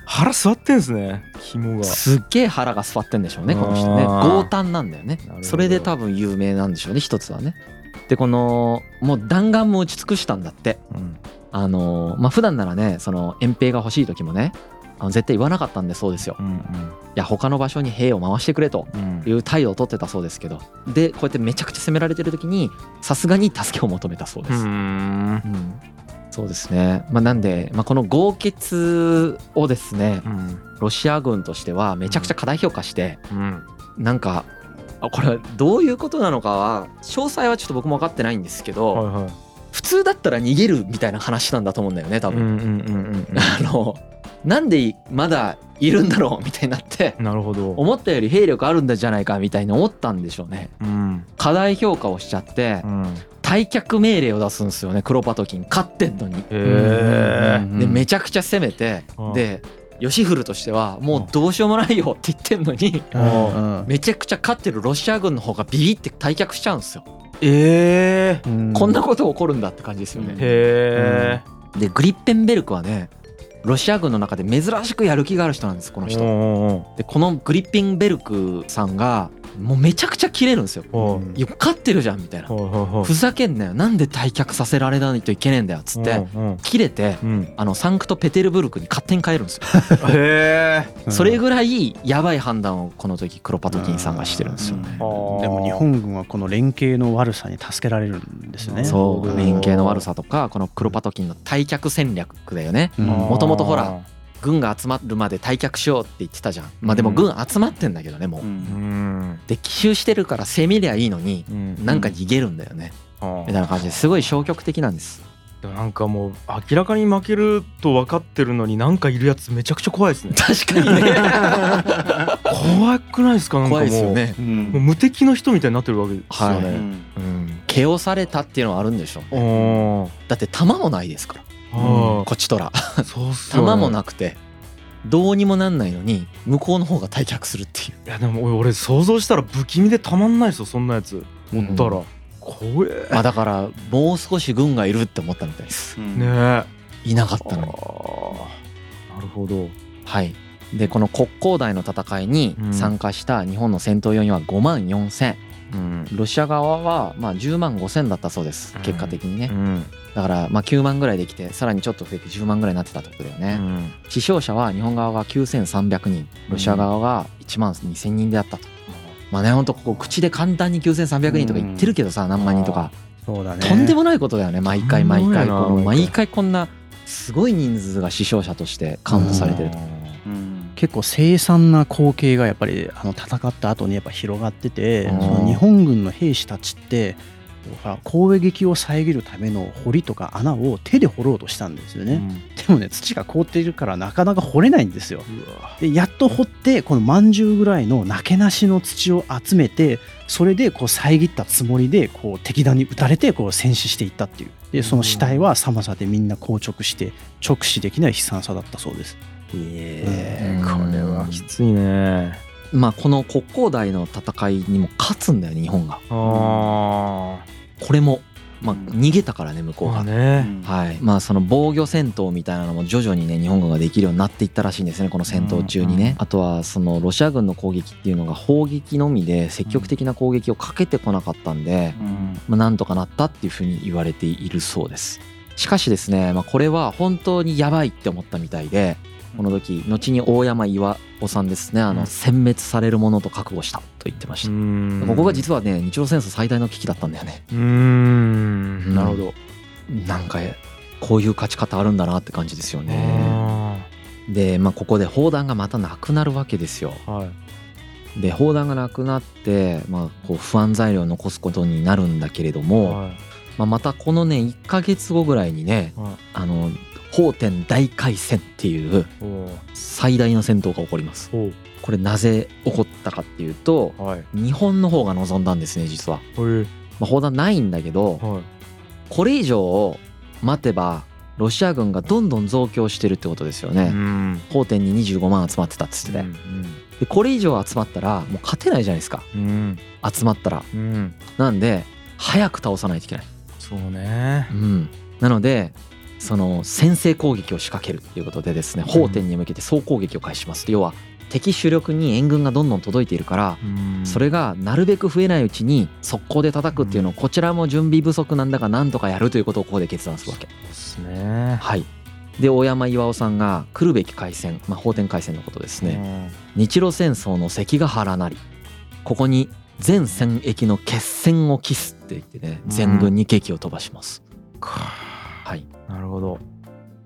[SPEAKER 2] 腹座ってんすね肝が
[SPEAKER 3] すっげえ腹が座ってんでしょうねこの人ね
[SPEAKER 2] あー
[SPEAKER 3] 強胆なんだよね
[SPEAKER 2] ほど
[SPEAKER 3] それで多分有名なんでしょうね一つはねでこのもう弾丸も打ち尽くしたんだって
[SPEAKER 2] うん
[SPEAKER 3] あのまあ普段ならねその遠兵が欲しい時もねあの絶対言わなかったんでそうですよ
[SPEAKER 2] うん
[SPEAKER 3] いや他の場所に兵を回してくれと
[SPEAKER 2] うん
[SPEAKER 3] いう態度を取ってたそうですけどでこうやってめちゃくちゃ攻められてる時にさすがに助けを求めたそうです、
[SPEAKER 2] うん
[SPEAKER 3] うんそうですね、まあ、なんで、まあ、この豪傑をですね
[SPEAKER 2] うん
[SPEAKER 3] ロシア軍としてはめちゃくちゃ過大評価して、
[SPEAKER 2] うん
[SPEAKER 3] なんかあこれはどういうことなのかは詳細はちょっと僕も分かってないんですけど、
[SPEAKER 2] はいはい
[SPEAKER 3] 普通だったら逃げるみたいな話なんだと思うんだよね多
[SPEAKER 2] うんう
[SPEAKER 3] 分、
[SPEAKER 2] んうん
[SPEAKER 3] あのなんでまだいるんだろうみたいになって
[SPEAKER 2] うんなるほど
[SPEAKER 3] 思ったより兵力あるんだじゃないかみたいに思ったんでしょうね
[SPEAKER 2] うん
[SPEAKER 3] 過大評価をしちゃって
[SPEAKER 2] うん
[SPEAKER 3] 退却命令を出すんですよねクロパトキン勝ってんのに、
[SPEAKER 2] へえ
[SPEAKER 1] うん
[SPEAKER 3] でめちゃくちゃ攻めて、
[SPEAKER 2] うん
[SPEAKER 3] で吉古としてはもうどうしようもないよって言ってんのに、
[SPEAKER 1] うん
[SPEAKER 3] めちゃくちゃ勝ってるロシア軍の方がビビって退却しちゃうんですよ、
[SPEAKER 2] えー
[SPEAKER 1] うん
[SPEAKER 3] こんなこと起こるんだって感じですよね、
[SPEAKER 2] へえ
[SPEAKER 3] でグリッペンベルクはねロシア軍の中で珍しくやる気がある人なんですこの人でこのグリッピンベルクさんがもうめちゃくちゃ切れるんですよ
[SPEAKER 2] おう
[SPEAKER 3] いや勝ってるじゃんみたいな
[SPEAKER 2] ふ
[SPEAKER 3] ふざけんなよなんで退却させられないといけねえんだよっつって
[SPEAKER 2] うん
[SPEAKER 3] 切れて
[SPEAKER 2] うん
[SPEAKER 3] あのサンクトペテルブルクに勝手に帰るんですよ
[SPEAKER 2] へえ
[SPEAKER 3] それぐらいやばい判断をこの時クロパトキンさんがしてるんですよね
[SPEAKER 1] でも日本軍はこの連携の悪さに助けられるんですよね。
[SPEAKER 3] そう
[SPEAKER 2] うん
[SPEAKER 3] 連携の悪さとかこのクロパトキンの退却戦略だよね
[SPEAKER 1] うん
[SPEAKER 3] もともとほら軍が集まるまで退却しようって言ってたじゃんまあでも軍集まってんだけどねもう
[SPEAKER 2] うん
[SPEAKER 3] で奇襲してるから攻めりゃいいのに
[SPEAKER 2] うん
[SPEAKER 3] なんか逃げるんだよねみたいな感じですごい消極的なん です
[SPEAKER 2] でもなんかもう明らかに負けると分かってるのになんかいるやつめちゃくちゃ怖いですね
[SPEAKER 3] 確かにね
[SPEAKER 2] 怖くないですかなんかもう
[SPEAKER 3] ね
[SPEAKER 2] もう無敵の人みたいになってるわけですよ
[SPEAKER 3] は
[SPEAKER 2] ね、
[SPEAKER 3] けおされたっていうのはあるんでしょう
[SPEAKER 2] う
[SPEAKER 3] ね
[SPEAKER 2] んおー
[SPEAKER 3] だって弾もないですから
[SPEAKER 2] あ
[SPEAKER 3] こっちとら
[SPEAKER 2] ーそうっすよね
[SPEAKER 3] 弾もなくてどうにもなんないのに向こうの方が退却するっていう
[SPEAKER 2] いやでも俺俺想像したら不気味でたまんないですよそんなやつおったら、怖え
[SPEAKER 3] まあだからもう少し軍がいるって思ったみたいです
[SPEAKER 2] ねえ
[SPEAKER 3] いなかっ
[SPEAKER 2] あ
[SPEAKER 3] た
[SPEAKER 2] ー
[SPEAKER 3] のに
[SPEAKER 2] なるほど
[SPEAKER 3] はいでこの国交代の戦いに参加した日本の戦闘要員は5万4千
[SPEAKER 2] うん
[SPEAKER 3] ロシア側はまあ10万5千だったそうです
[SPEAKER 2] うん
[SPEAKER 3] 結果的に
[SPEAKER 2] う
[SPEAKER 3] ね
[SPEAKER 2] ん
[SPEAKER 3] だからまあ9万ぐらいできてさらにちょっと増えて10万ぐらいになってたってことだよ
[SPEAKER 2] う
[SPEAKER 3] ね
[SPEAKER 2] ん
[SPEAKER 3] 死傷者は日本側が9300人ロシア側が1万2000人であったと、まあねほんとここ口で簡単に9300人とか言ってるけどさ、何万人とか、
[SPEAKER 1] そうだね。
[SPEAKER 3] とんでもないことだよね毎回
[SPEAKER 2] とんで
[SPEAKER 3] 毎
[SPEAKER 2] もない
[SPEAKER 3] 回
[SPEAKER 2] な
[SPEAKER 3] この
[SPEAKER 2] 毎回
[SPEAKER 3] 毎回こんなすごい人数が死傷者としてカウントされてると、
[SPEAKER 1] 結構凄惨な光景がやっぱりあの戦った後にやっぱ広がってて、
[SPEAKER 2] うん
[SPEAKER 1] その日本軍の兵士たちってほら攻撃を遮るための堀とか穴を手で掘ろうとしたんですよね、でもね土が凍っているからなかなか掘れないんですよ
[SPEAKER 2] うんうわ
[SPEAKER 1] でやっと掘ってこのまんじゅうぐらいのなけなしの土を集めてそれでこう遮ったつもりでこう敵弾に撃たれてこう戦死していったっていうでその死体は寒さでみんな硬直して直視できない悲惨さだったそうですえ
[SPEAKER 2] これはきついね
[SPEAKER 3] まあこの国交大の戦いにも勝つんだよね日本が
[SPEAKER 2] あ
[SPEAKER 3] これもまあ
[SPEAKER 4] うん
[SPEAKER 3] 逃げたからね向
[SPEAKER 2] あ
[SPEAKER 3] こう
[SPEAKER 2] まあ
[SPEAKER 3] が、
[SPEAKER 2] ね
[SPEAKER 3] はいまあその防御戦闘みたいなのも徐々にね日本軍ができるようになっていったらしいんですねこの戦闘中にね、
[SPEAKER 2] うんうん
[SPEAKER 3] あとはそのロシア軍の攻撃っていうのが砲撃のみで積極的な攻撃をかけてこなかったんで、
[SPEAKER 4] うん
[SPEAKER 3] まあ、なんとかなったっていうふうに言われているそうですしかしですね、まあ、これは本当にやばいって思ったみたいでこの時後に大山岩尾さんですねあ
[SPEAKER 2] うん
[SPEAKER 3] の殲滅されるものと覚悟したと言ってました、ここが
[SPEAKER 2] は
[SPEAKER 3] 実はね日露戦争最大の危機だったんだよね
[SPEAKER 2] うーん
[SPEAKER 3] なるほどなんかこういう勝ち方あるんだなって感じですよね
[SPEAKER 2] あ
[SPEAKER 3] でまあここで砲弾がまたなくなるわけですよ
[SPEAKER 2] ーはい
[SPEAKER 3] で砲弾がなくなって、まあ、こう不安材料を残すことになるんだけれども、
[SPEAKER 2] はい
[SPEAKER 3] まあ、またこのね1ヶ月後ぐらいにね
[SPEAKER 2] はい
[SPEAKER 3] あの法天大海戦っていう
[SPEAKER 2] おお
[SPEAKER 3] 最大の戦闘が起こります
[SPEAKER 2] お
[SPEAKER 3] これなぜ起こったかっていうと
[SPEAKER 2] おはい
[SPEAKER 3] 日本の方が望んだんですね実は、
[SPEAKER 2] これ
[SPEAKER 3] まあ、砲弾ないんだけど
[SPEAKER 2] はい
[SPEAKER 3] これ以上待てばロシア軍がどんどん増強してるってことですよね、
[SPEAKER 2] うん
[SPEAKER 3] 法典に25万集まってたっつってて、でこれ以上集まったらもう勝てないじゃないですか
[SPEAKER 2] うんうん
[SPEAKER 3] 集まったら
[SPEAKER 2] うん
[SPEAKER 3] なんで早く倒さないといけない、
[SPEAKER 2] そうね
[SPEAKER 3] うん、なのでその先制攻撃を仕掛けるっていうことでですね法典に向けて総攻撃を開始します要は敵主力に援軍がどんどん届いているから
[SPEAKER 2] うん
[SPEAKER 3] それがなるべく増えないうちに速攻で叩くっていうのをこちらも準備不足なんだがなんとかやるということをここで決断するわけ
[SPEAKER 2] ですね
[SPEAKER 3] はい、で大山巌さんが来るべき海戦、まあ、法典海戦のことですね、日露戦争の関ヶ原なりここに全戦役の決戦を期すって言ってね
[SPEAKER 2] うん
[SPEAKER 3] 全軍に劇を飛ばします、
[SPEAKER 2] うんか
[SPEAKER 3] はい、
[SPEAKER 2] なるほど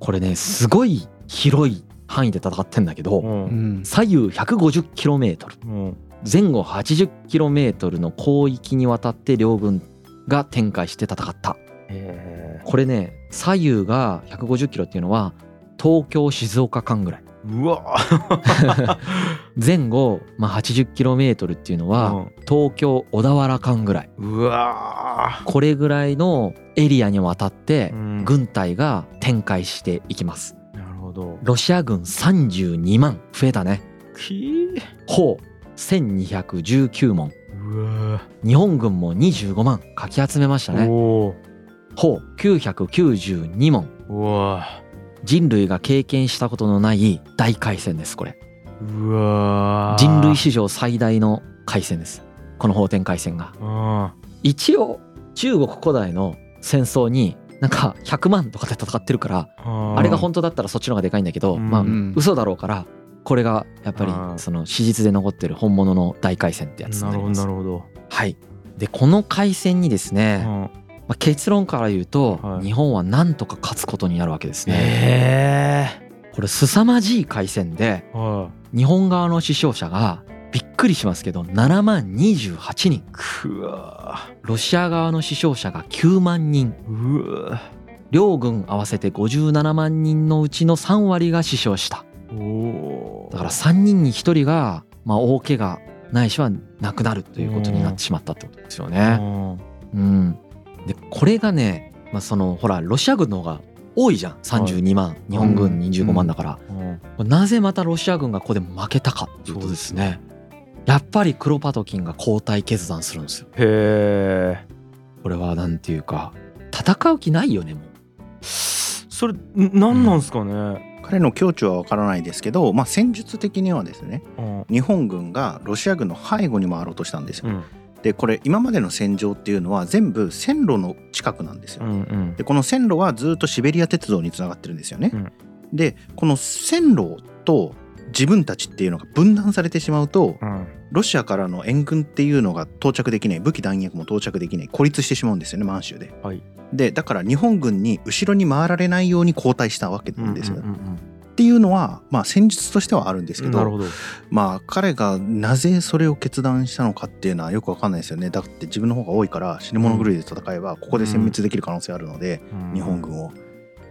[SPEAKER 3] これねすごい広い範囲で戦ってんだけど、
[SPEAKER 1] う
[SPEAKER 2] うん
[SPEAKER 1] ん
[SPEAKER 3] 左右 150km
[SPEAKER 2] うん
[SPEAKER 3] 前後 80km の広域にわたって両軍が展開して戦った
[SPEAKER 2] へ
[SPEAKER 3] これね左右が 150km っていうのは東京静岡間ぐらい
[SPEAKER 2] ーうわ
[SPEAKER 3] 前後、まあ、80km っていうのは東京小田原間ぐらい
[SPEAKER 2] うんうわ
[SPEAKER 3] これぐらいのエリアにわたって
[SPEAKER 2] うん
[SPEAKER 3] 軍隊が展開していきます
[SPEAKER 2] なるほど
[SPEAKER 3] ロシア軍32万増えたね
[SPEAKER 2] き
[SPEAKER 3] 砲1219門
[SPEAKER 2] うわ
[SPEAKER 3] 日本軍も25万かき集めましたね
[SPEAKER 2] お
[SPEAKER 3] 砲992門
[SPEAKER 2] おうわ
[SPEAKER 3] 人類が経験したことのない大海戦ですこれ
[SPEAKER 2] うわ
[SPEAKER 3] 人類史上最大の海戦ですこの法天海戦が
[SPEAKER 2] うん
[SPEAKER 3] 一応中国古代の戦争になんか100万とかで戦ってるからあれが本当だったらそっちの方がでかいんだけど、
[SPEAKER 2] うん
[SPEAKER 3] まあ
[SPEAKER 1] うん
[SPEAKER 3] 嘘だろうからこれがやっぱり
[SPEAKER 2] うん
[SPEAKER 3] その史実で残ってる本物の大海戦ってやつに
[SPEAKER 2] な
[SPEAKER 3] な
[SPEAKER 2] る
[SPEAKER 3] り
[SPEAKER 2] ほ
[SPEAKER 3] ま
[SPEAKER 2] どな
[SPEAKER 3] す
[SPEAKER 2] るほど
[SPEAKER 3] はいでこの海戦にですね、ま
[SPEAKER 2] うん
[SPEAKER 3] あ、結論から言うと、
[SPEAKER 2] はい
[SPEAKER 3] 日本はなんとか勝つことになるわけですね、
[SPEAKER 2] え
[SPEAKER 3] これ凄まじい海戦で
[SPEAKER 2] えは
[SPEAKER 3] 日本側の死傷者がびっくりしますけど7万28人
[SPEAKER 2] いくわ
[SPEAKER 3] ロシア側の死傷者が9万人
[SPEAKER 2] うわ
[SPEAKER 3] 両軍合わせて57万人のうちの3割が死傷した
[SPEAKER 2] おお
[SPEAKER 3] だから3人に1人が、まあ、大怪我ないしは亡くなるということになってしまったってことですよね。うん、でこれがね、まあ、そのほらロシア軍の方が多いじゃん32万、日本軍25万だから、なぜまたロシア軍がここで負けたかっていうことですね。やっぱりクロパトキンが交代決断するんですよ。
[SPEAKER 2] へえ
[SPEAKER 3] これはなんていうか戦う気ないよねもう。
[SPEAKER 2] それんなんなんすかね
[SPEAKER 4] 彼の境地は分からないですけど、まあ、戦術的にはですね
[SPEAKER 2] うん
[SPEAKER 4] 日本軍がロシア軍の背後に回ろうとしたんですよ、
[SPEAKER 2] うん
[SPEAKER 4] でこれ今までの戦場っていうのは全部線路の近くなんですよ、
[SPEAKER 2] うんうん
[SPEAKER 4] でこの線路はずっとシベリア鉄道につながってるんですよね、
[SPEAKER 2] うん
[SPEAKER 4] でこの線路と自分たちっていうのが分断されてしまうと
[SPEAKER 2] うん
[SPEAKER 4] ロシアからの援軍っていうのが到着できない武器弾薬も到着できない孤立してしまうんですよね満州で、
[SPEAKER 2] はい
[SPEAKER 4] でだから日本軍に後ろに回られないように後退したわけなんですよ、
[SPEAKER 2] うんうん
[SPEAKER 4] っていうのは、まあ、戦術としてはあるんで
[SPEAKER 2] う
[SPEAKER 4] すけ
[SPEAKER 2] ん
[SPEAKER 4] ど
[SPEAKER 2] なるほど
[SPEAKER 4] まあ彼がなぜそれを決断したのかっていうのはよくわかんないですよねだって自分の方が多いから死ぬ者狂いで戦えばここで殲滅できる可能性あるので、日本軍を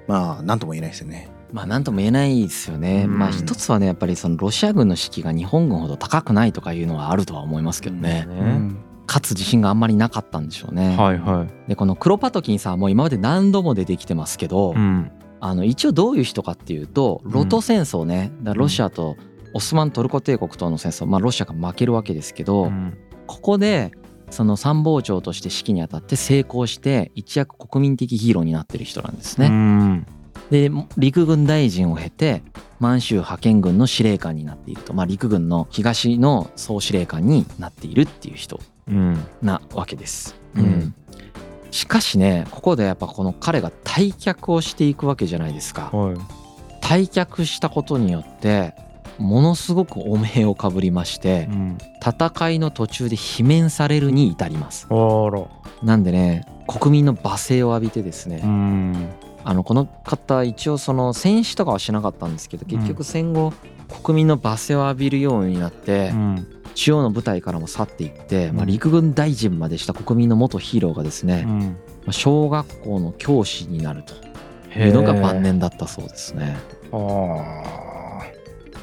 [SPEAKER 4] まあ何とも言えないですよね
[SPEAKER 3] まあ何とも言えないですよね、
[SPEAKER 2] うん
[SPEAKER 3] まあ一つはねやっぱりそのロシア軍の士気が日本軍ほど高くないとかいうのはあるとは思いますけどね、
[SPEAKER 2] う
[SPEAKER 1] うん
[SPEAKER 2] ね
[SPEAKER 1] ん
[SPEAKER 3] 勝つ自信があんまりなかったんでしょうね、
[SPEAKER 2] はいはい
[SPEAKER 3] でこのクロパトキンさんはもう今まで何度も出てきてますけど、
[SPEAKER 2] うん
[SPEAKER 3] あの一応どういう人かっていうとロト戦争ね、だからロシアとオスマントルコ帝国との戦争、まあ、ロシアが負けるわけですけど、
[SPEAKER 2] うん
[SPEAKER 3] ここでその参謀長として指揮にあたって成功して一躍国民的ヒーローになってる人なんです
[SPEAKER 2] う
[SPEAKER 3] ね。
[SPEAKER 2] ん
[SPEAKER 3] で陸軍大臣を経て満州派遣軍の司令官になっていると、まあ、陸軍の東の総司令官になっているっていう人
[SPEAKER 2] うん
[SPEAKER 3] なわけです。
[SPEAKER 2] うん
[SPEAKER 3] しかしねここでやっぱこの彼が退却をしていくわけじゃないですか。
[SPEAKER 2] はい
[SPEAKER 3] 退却したことによってものすごく汚名をかぶりまして
[SPEAKER 2] うん
[SPEAKER 3] 戦いの途中で罷免されるに至ります。
[SPEAKER 2] あら
[SPEAKER 3] なんでね国民の罵声を浴びてですね、
[SPEAKER 2] うん
[SPEAKER 3] あのこの方一応その戦死とかはしなかったんですけど
[SPEAKER 2] ん
[SPEAKER 3] 結局戦後、国民の罵声を浴びるようになって、
[SPEAKER 2] うん
[SPEAKER 3] 中央の部隊からも去っていって、ま
[SPEAKER 2] う
[SPEAKER 3] あ、
[SPEAKER 2] ん
[SPEAKER 3] 陸軍大臣までした国民の元ヒーローがですね、ま
[SPEAKER 2] ん
[SPEAKER 3] あ小学校の教師になるというのが晩年だったそうですね。
[SPEAKER 2] へーあ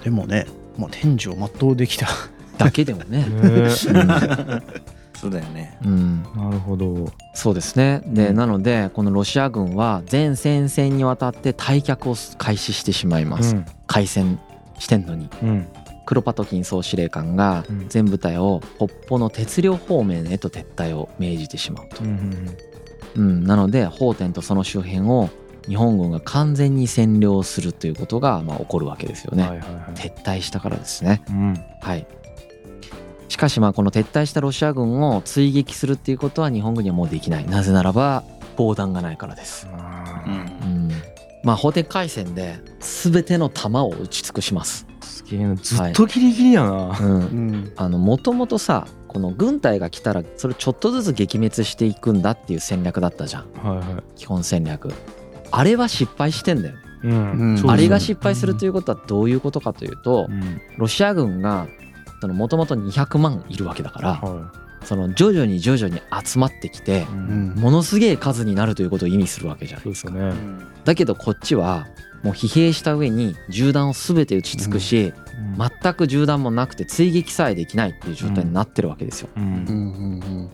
[SPEAKER 2] ー
[SPEAKER 1] でもね、もう天寿を全うできた。
[SPEAKER 3] だけでもね、
[SPEAKER 2] ね
[SPEAKER 4] そうだよね。
[SPEAKER 3] うんう
[SPEAKER 2] な
[SPEAKER 3] ん、
[SPEAKER 2] るほど
[SPEAKER 3] そうですねで、
[SPEAKER 2] うん
[SPEAKER 3] なのでこのロシア軍は全戦線にわたって退却を開始してしまいます、開戦してんのに
[SPEAKER 2] うんうん
[SPEAKER 3] クロパトキン総司令官が
[SPEAKER 2] うん
[SPEAKER 3] 全部隊を北方の鉄領方面へと撤退を命じてしまうと、
[SPEAKER 2] うん
[SPEAKER 3] うん、なので法天とその周辺を日本軍が完全に占領するということがまあ起こるわけですよ
[SPEAKER 2] うん
[SPEAKER 3] ね、
[SPEAKER 2] はいはいはい
[SPEAKER 3] 撤退したからですね
[SPEAKER 2] うん
[SPEAKER 3] はいしかしまあこの撤退したロシア軍を追撃するっていうことは日本軍にはもうできないなぜならば防弾がないからです、
[SPEAKER 2] あ
[SPEAKER 4] う
[SPEAKER 2] ー
[SPEAKER 4] ん
[SPEAKER 3] うん、まあ法天海戦で全ての弾を撃ち尽くします、
[SPEAKER 2] すげえなずっとギリギリやな
[SPEAKER 3] うん、
[SPEAKER 1] うん。
[SPEAKER 3] あのもともとさこの軍隊が来たらそれちょっとずつ撃滅していくんだっていう戦略だったじゃん
[SPEAKER 2] はいは
[SPEAKER 3] 基本戦略あれは失敗してんだよね
[SPEAKER 2] いうん
[SPEAKER 1] うん
[SPEAKER 2] そうそう
[SPEAKER 3] あれが失敗するということはどういうことかというと
[SPEAKER 2] うん
[SPEAKER 3] ロシア軍がもともと200万いるわけだから
[SPEAKER 2] は
[SPEAKER 3] その徐々に徐々に集まってきて
[SPEAKER 2] いうん
[SPEAKER 1] うん。
[SPEAKER 3] ものすげえ数になるということを意味するわけじゃない
[SPEAKER 2] そうですす
[SPEAKER 3] でか
[SPEAKER 2] よね
[SPEAKER 3] だけどこっちはもう疲弊した上に銃弾を全て撃ち尽くし全く銃弾もなくて追撃さえできないっていう状態になってるわけですよ
[SPEAKER 2] うん
[SPEAKER 1] うんうんうん。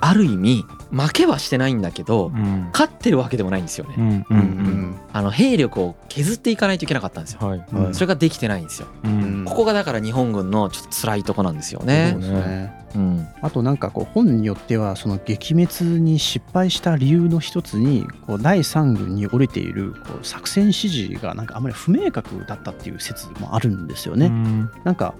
[SPEAKER 3] ある意味負けはしてないんだけど
[SPEAKER 2] うん
[SPEAKER 3] 勝ってるわけでもないんですよね、
[SPEAKER 2] うんう
[SPEAKER 1] うんん
[SPEAKER 3] あの兵力を削っていかないといけなかったんですよ
[SPEAKER 2] はい
[SPEAKER 1] うん
[SPEAKER 3] それができてないんですよ
[SPEAKER 2] うん
[SPEAKER 3] ここがだから日本軍のちょっと辛いとこなんですよ
[SPEAKER 1] うん。そう
[SPEAKER 3] ね
[SPEAKER 1] ですね。
[SPEAKER 3] うん
[SPEAKER 1] あとなんかこう本によってはその撃滅に失敗した理由の一つにこう第三軍に降りているこう作戦指示がなんかあまり不明確だったっていう説もあるんですよね。
[SPEAKER 2] うん
[SPEAKER 1] なんか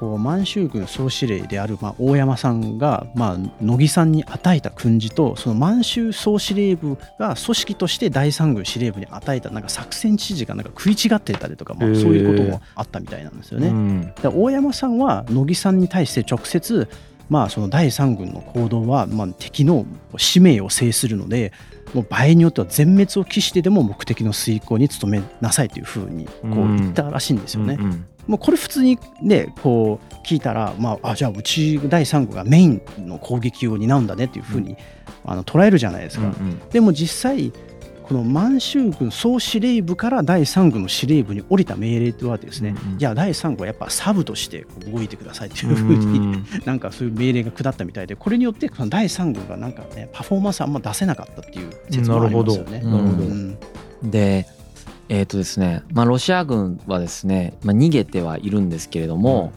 [SPEAKER 1] こう満州軍総司令であるまあ大山さんがまあ乃木さんに与えた訓示とその満州総司令部が組織として第三軍司令部に与えたなんか作戦指示がなんか食い違ってたりとかまあ
[SPEAKER 2] へー
[SPEAKER 1] そういうこともあったみたいなんですよね。
[SPEAKER 2] うん
[SPEAKER 1] で大山さんは乃木さんに対して直接、まあ、その第三軍の行動は、まあ、敵の使命を制するのでもう場合によっては全滅を期してでも目的の遂行に努めなさいというふうにこ
[SPEAKER 2] う
[SPEAKER 1] う
[SPEAKER 2] ん
[SPEAKER 1] 言ったらしいんですよね。
[SPEAKER 2] うん
[SPEAKER 1] もうこれ普通にねこう聞いたら、まあ、あじゃあうち第三軍がメインの攻撃を担うんだねっていうふうに、あの捉えるじゃないです
[SPEAKER 2] う
[SPEAKER 1] か。
[SPEAKER 2] ん
[SPEAKER 1] でも実際この満州軍総司令部から第三軍の司令部に降りた命令とはですね、
[SPEAKER 2] うんうん
[SPEAKER 1] いや第三軍はやっぱサブとしてこう動いてくださいといううふうんに、 なんかそういう命令が下ったみたいでこれによってその第三軍がなんかねパフォーマンスあんま出せなかったっていう説もありますよ
[SPEAKER 3] な
[SPEAKER 1] ね。
[SPEAKER 3] るほど
[SPEAKER 1] うん
[SPEAKER 3] でえっ、とですねまあロシア軍はですね、まあ、逃げてはいるんですけれども、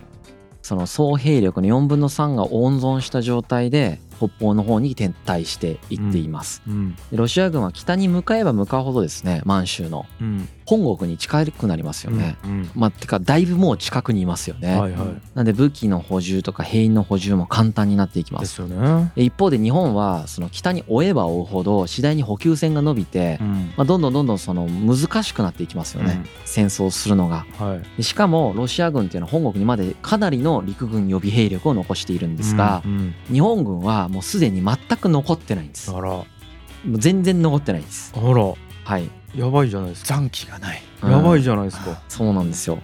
[SPEAKER 3] その総兵力の4分の3が温存した状態で北方の方に撤退していっています、
[SPEAKER 2] うん
[SPEAKER 3] でロシア軍は北に向かえば向かうほどですね満州の
[SPEAKER 2] うん
[SPEAKER 3] 本国に近くなりますよね、
[SPEAKER 2] うん
[SPEAKER 3] まあてかだいぶもう近くにいますよね、
[SPEAKER 2] はいはい
[SPEAKER 3] なんで武器の補充とか兵員の補充も簡単になっていきま
[SPEAKER 2] ですすよね
[SPEAKER 3] で一方で日本はその北に追えば追うほど次第に補給線が伸びて、
[SPEAKER 2] うん
[SPEAKER 3] まあ、どんどんどんどんその難しくなっていきますよね、戦争をするのが
[SPEAKER 2] うんはい
[SPEAKER 3] でしかもロシア軍っていうのは本国にまでかなりの陸軍予備兵力を残しているんですが
[SPEAKER 2] う、ん
[SPEAKER 3] 日本軍はもうすでに全く残ってないんです
[SPEAKER 2] うん
[SPEAKER 3] も
[SPEAKER 2] あらあ
[SPEAKER 3] う全然残ってないんです
[SPEAKER 2] ら
[SPEAKER 3] はい、
[SPEAKER 2] やばいじゃないですか
[SPEAKER 1] 残機がない。
[SPEAKER 3] うん
[SPEAKER 2] やばいじゃないですか
[SPEAKER 3] そうなんですよ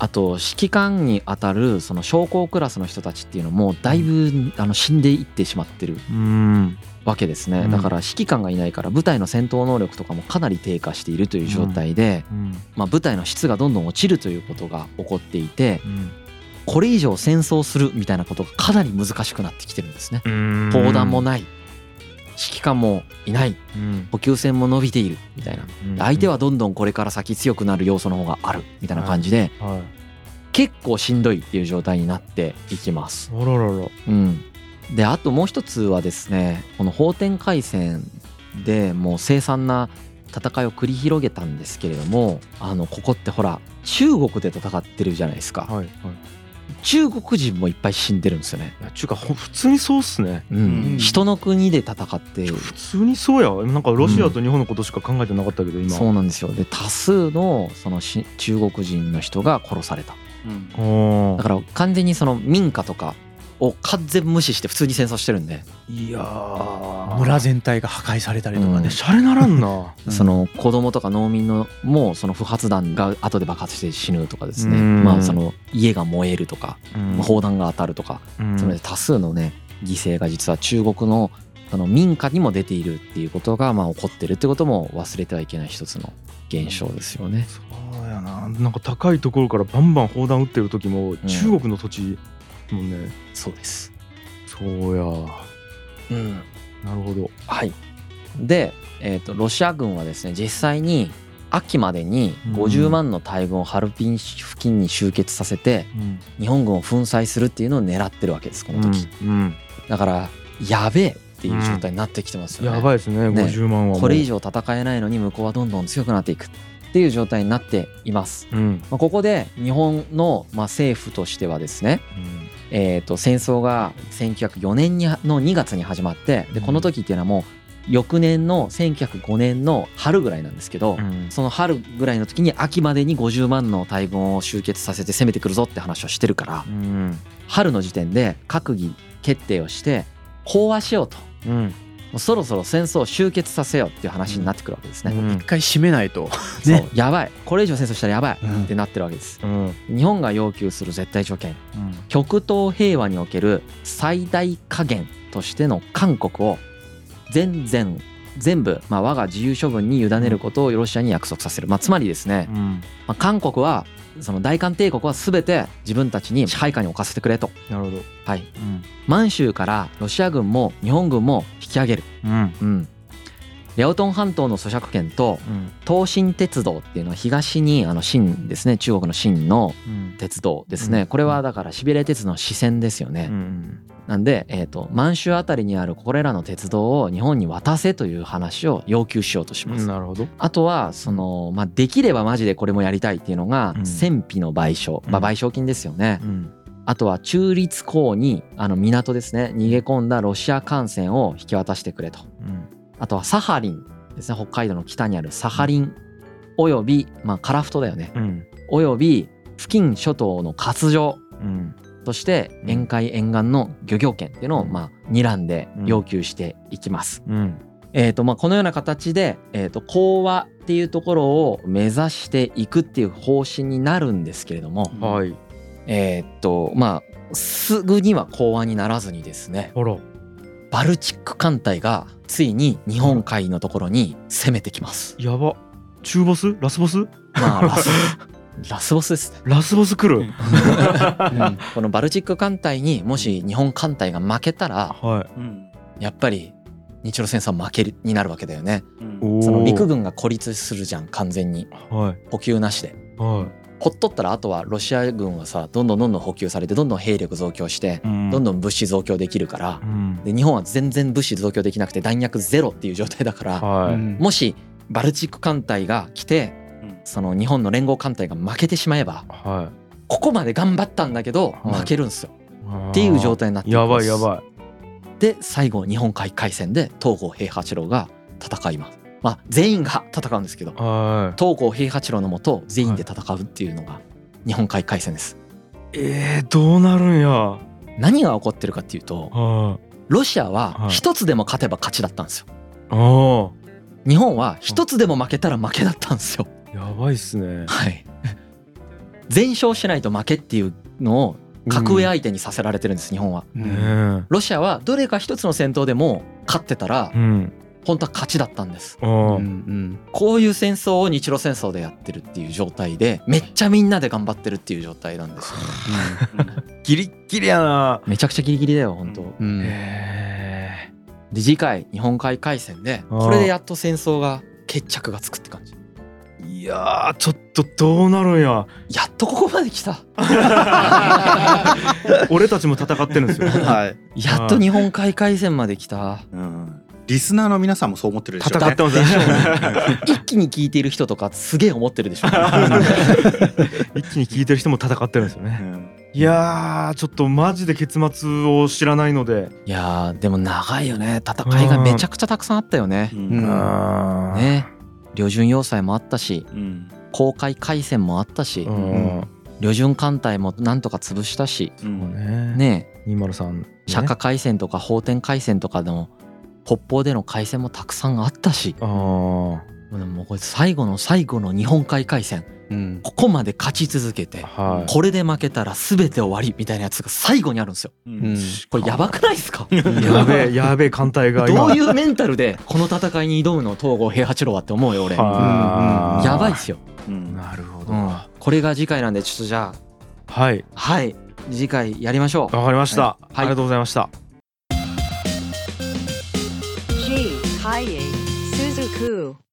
[SPEAKER 3] あと指揮官にあたるその将校クラスの人たちっていうのもだいぶあの死んでいってしまってる
[SPEAKER 2] うん
[SPEAKER 3] わけです
[SPEAKER 2] う
[SPEAKER 3] ね
[SPEAKER 2] ん
[SPEAKER 3] だから指揮官がいないから部隊の戦闘能力とかもかなり低下しているという状態で、
[SPEAKER 2] うん
[SPEAKER 3] まあ、部隊の質がどんどん落ちるということが起こっていて
[SPEAKER 2] うん
[SPEAKER 3] これ以上戦争するみたいなことがかなり難しくなってきてるんですね
[SPEAKER 2] うん
[SPEAKER 3] 砲弾もない指揮官もいない補給線も伸びているみたいなで相手はどんどんこれから先強くなる要素の方があるみたいな感じで
[SPEAKER 2] はい
[SPEAKER 3] 結構しんどいっていう状態になっていきます。
[SPEAKER 2] あららら
[SPEAKER 3] うん、であともう一つはですねこの法天海戦でもう凄惨な戦いを繰り広げたんですけれどもあのここってほら中国で戦ってるじゃないですか
[SPEAKER 2] はいはいい
[SPEAKER 3] 中国人もいっぱい死んでるんですよね。
[SPEAKER 2] やちゅうかほ普通にそうっすね
[SPEAKER 3] うん
[SPEAKER 4] うん
[SPEAKER 3] 人の国で戦っている
[SPEAKER 2] 普通にそうやなんかロシアと日本のことしか考えてなかったけど今
[SPEAKER 3] そうなんですよで多数のそのし中国人の人が殺された
[SPEAKER 1] うん
[SPEAKER 2] お
[SPEAKER 3] だから完全にその民家とかを完全無視して普通に戦争してるんで、
[SPEAKER 2] いやー
[SPEAKER 1] 村全体が破壊されたりとか
[SPEAKER 3] う
[SPEAKER 1] ね
[SPEAKER 3] ん
[SPEAKER 2] シャレならんな
[SPEAKER 1] うん
[SPEAKER 3] その子供とか農民のもうその不発弾が後で爆発して死ぬとかですね、
[SPEAKER 2] うん
[SPEAKER 3] まあその家が燃えるとか、
[SPEAKER 2] うん
[SPEAKER 3] 砲弾が当たるとか、
[SPEAKER 2] うん
[SPEAKER 3] つまり多数のね犠牲が実は中国のその民家にも出ているっていうことがまあ起こってるってことも忘れてはいけない一つの現象ですよね。
[SPEAKER 2] そうやななんか高いところからバンバン砲弾撃ってる時も中国の土地もんね
[SPEAKER 3] そうです。
[SPEAKER 2] そうや
[SPEAKER 3] うん、
[SPEAKER 2] なるほど
[SPEAKER 3] はい、で、えー、とロシア軍はですね実際に秋までに50万の大軍をハルピン付近に集結させて
[SPEAKER 2] うん
[SPEAKER 3] 日本軍を粉砕するっていうのを狙ってるわけですこの時、
[SPEAKER 2] うん
[SPEAKER 3] だからやべえっていう状態になってきてますよね、
[SPEAKER 2] やばいですね
[SPEAKER 3] ね
[SPEAKER 2] 50万はもう
[SPEAKER 3] これ以上戦えないのに向こうはどんどん強くなっていくっていう状態になっています、
[SPEAKER 2] うん
[SPEAKER 3] まあ、ここで日本のまあ政府としてはですね、えー、と戦争が1904年にの2月に始まってでこの時っていうのはもう翌年の1905年の春ぐらいなんですけど、
[SPEAKER 2] うん
[SPEAKER 3] その春ぐらいの時に秋までに50万の大軍を集結させて攻めてくるぞって話をしてるから
[SPEAKER 2] うん
[SPEAKER 3] 春の時点で閣議決定をして講和しようとも
[SPEAKER 2] うん
[SPEAKER 3] うそろそろ戦争を終結させようっていう話になってくるわけですね。
[SPEAKER 2] うん
[SPEAKER 1] 一回締めないと、
[SPEAKER 3] そう
[SPEAKER 1] ね
[SPEAKER 3] やばいこれ以上戦争したらやばい
[SPEAKER 1] うん
[SPEAKER 3] っ てなってるわけです。
[SPEAKER 2] うん
[SPEAKER 3] 日本が要求する絶対条件極東平和における最大加減としての韓国を全然全部、まあ、我が自由処分に委ねることをロシアに約束させる、まあ、つまりですね、
[SPEAKER 2] うん
[SPEAKER 3] まあ、韓国はその大韓帝国は全て自分たちに支配下に置かせてくれと、
[SPEAKER 2] なるほど
[SPEAKER 3] はい、
[SPEAKER 2] うん
[SPEAKER 3] 満州からロシア軍も日本軍も引き上げる、
[SPEAKER 2] うん
[SPEAKER 3] うん、リャオトン半島の租借権と
[SPEAKER 2] うん
[SPEAKER 3] 東進鉄道っていうのは東にあの秦ですね中国の秦の
[SPEAKER 2] うん
[SPEAKER 3] 鉄道です
[SPEAKER 2] う
[SPEAKER 3] ね、
[SPEAKER 2] ん
[SPEAKER 3] これはだからシビレ鉄道の支線ですよね、
[SPEAKER 2] うん
[SPEAKER 3] なんで、えー、と満州あたりにあるこれらの鉄道を日本に渡せという話を要求しようとします。
[SPEAKER 2] なるほど
[SPEAKER 3] あとはその、まあ、できればマジでこれもやりたいっていうのが
[SPEAKER 2] うん
[SPEAKER 3] 戦費の賠償、
[SPEAKER 2] うん
[SPEAKER 3] まあ、賠償金ですよね、
[SPEAKER 2] うん
[SPEAKER 3] あとは中立港にあの港ですね逃げ込んだロシア艦船を引き渡してくれと
[SPEAKER 2] うん
[SPEAKER 3] あとはサハリンですね北海道の北にあるサハリンおよび、まあ、カラフトだよね
[SPEAKER 2] うん
[SPEAKER 3] および付近諸島の割譲
[SPEAKER 2] うん
[SPEAKER 3] として
[SPEAKER 2] うん
[SPEAKER 3] 沿海沿岸の漁業権っていうのを
[SPEAKER 2] うん
[SPEAKER 3] まあ睨んで
[SPEAKER 2] うん
[SPEAKER 3] 要求していきます。
[SPEAKER 2] うん
[SPEAKER 3] えーとまあこのような形で、えー、と講和っていうところを目指していくっていう方針になるんですけれども、
[SPEAKER 2] はい
[SPEAKER 3] えーとまあすぐには講和にならずにですね
[SPEAKER 2] あら
[SPEAKER 3] バルチック艦隊がついに日本海のところに攻めてきます。
[SPEAKER 2] やば中ボスラスボス
[SPEAKER 3] まあラスラスボスですね
[SPEAKER 2] ラスボス来る
[SPEAKER 1] うん
[SPEAKER 3] このバルチック艦隊にもし日本艦隊が負けたら
[SPEAKER 2] はい
[SPEAKER 4] うん
[SPEAKER 3] やっぱり日露戦争は負けになるわけだよね。
[SPEAKER 2] おー
[SPEAKER 3] その陸軍が孤立するじゃん完全に
[SPEAKER 2] はい
[SPEAKER 3] 補給なしで
[SPEAKER 2] は
[SPEAKER 3] ほっとったらあとはロシア軍はさどんどんどんどん補給されてどんどん兵力増強して
[SPEAKER 2] いうん
[SPEAKER 3] どんどん物資増強できるから
[SPEAKER 2] うん
[SPEAKER 3] で日本は全然物資増強できなくて弾薬ゼロっていう状態だから
[SPEAKER 1] う
[SPEAKER 2] はい
[SPEAKER 1] ん
[SPEAKER 3] もしバルチック艦隊が来てその日本の連合艦隊が負けてしまえば
[SPEAKER 2] は
[SPEAKER 3] ここまで頑張ったんだけど
[SPEAKER 2] はい
[SPEAKER 3] 負けるんですよ
[SPEAKER 2] い
[SPEAKER 3] っていう状態になっていく
[SPEAKER 2] や
[SPEAKER 3] んで
[SPEAKER 2] ばい
[SPEAKER 3] す
[SPEAKER 2] やばい
[SPEAKER 3] で最後日本海海戦で東郷平八郎が戦いますまあ全員が戦うんですけど
[SPEAKER 2] はい
[SPEAKER 3] 東郷平八郎のもと全員で戦うっていうのが日本海海戦です。
[SPEAKER 2] えー、どうなるんやは
[SPEAKER 3] 何が起こってるかっていう
[SPEAKER 2] い
[SPEAKER 3] と
[SPEAKER 2] あ
[SPEAKER 3] ロシア
[SPEAKER 2] は
[SPEAKER 3] はい一つでも勝てば勝ちだったんですよ。
[SPEAKER 2] あ
[SPEAKER 3] 日本は一つでも負けたら負けだったんですよ。
[SPEAKER 2] やばいっすね
[SPEAKER 3] はい。全勝しないと負けっていうのを格上相手にさせられてるんです日本は。
[SPEAKER 1] う
[SPEAKER 2] ね
[SPEAKER 1] ん
[SPEAKER 3] ロシアはどれか一つの戦闘でも勝ってたら
[SPEAKER 2] えうん
[SPEAKER 3] 本当は勝ちだったんです。
[SPEAKER 2] あ
[SPEAKER 1] う
[SPEAKER 2] ー
[SPEAKER 1] ん
[SPEAKER 3] こういう戦争を日露戦争でやってるっていう状態でめっちゃみんなで頑張ってるっていう状態なんですよね。
[SPEAKER 2] ギリッギリやな
[SPEAKER 3] めちゃくちゃギリギリだよ本当。
[SPEAKER 1] うんうん
[SPEAKER 2] へ
[SPEAKER 3] で次回日本海海戦で
[SPEAKER 2] あー
[SPEAKER 3] これでやっと戦争が決着がつくって感じ
[SPEAKER 2] いやーちょっとどうなるんや
[SPEAKER 3] やっとここまで来た
[SPEAKER 2] 俺たちも戦ってるんです よ
[SPEAKER 1] はい、
[SPEAKER 3] やっと日本海海戦まで来た
[SPEAKER 4] うんリスナーの皆さんもそう思ってるでしょう
[SPEAKER 2] 戦
[SPEAKER 4] ね
[SPEAKER 2] ってますね
[SPEAKER 3] 一気に聞いている人とかすげえ思ってるでしょ
[SPEAKER 2] 一気に聞いてる人も戦ってるんですよ
[SPEAKER 4] う
[SPEAKER 2] ね
[SPEAKER 4] ん
[SPEAKER 2] いやーちょっとマジで結末を知らないので
[SPEAKER 3] いやーでも長いよね戦いがめちゃくちゃたくさんあったよね
[SPEAKER 4] うん
[SPEAKER 1] うん
[SPEAKER 2] あー
[SPEAKER 3] ね旅順要塞もあったし
[SPEAKER 4] うん
[SPEAKER 3] 公開海戦もあったし
[SPEAKER 2] うん
[SPEAKER 3] 旅順艦隊もなんとか潰したし
[SPEAKER 4] うん
[SPEAKER 2] ね
[SPEAKER 3] ね
[SPEAKER 2] 203ね
[SPEAKER 3] 釈迦海戦とか法天海戦とかでも北方での海戦もたくさんあったし
[SPEAKER 2] あー
[SPEAKER 3] でももうこれ最後の最後の日本海海戦
[SPEAKER 1] うん、
[SPEAKER 3] ここまで勝ち続けて
[SPEAKER 2] はい
[SPEAKER 3] これで負けたら全て終わりみたいなやつが最後にあるんですよ
[SPEAKER 1] うん
[SPEAKER 3] これやばくないですか
[SPEAKER 2] やべえやべえ艦隊が
[SPEAKER 3] ど
[SPEAKER 2] 今
[SPEAKER 3] ういうメンタルでこの戦いに挑むの東郷平八郎はって思うよ俺や
[SPEAKER 2] は
[SPEAKER 1] ー
[SPEAKER 2] い
[SPEAKER 3] ばいっすよ、
[SPEAKER 4] うん
[SPEAKER 2] なるほど、
[SPEAKER 3] うん
[SPEAKER 2] は、
[SPEAKER 3] これが次回なんでちょっとじゃ
[SPEAKER 2] い
[SPEAKER 3] あはい次回やりましょう
[SPEAKER 2] わかりました、
[SPEAKER 3] い
[SPEAKER 2] ありがとうございました
[SPEAKER 5] G. Kaye, Suzuku.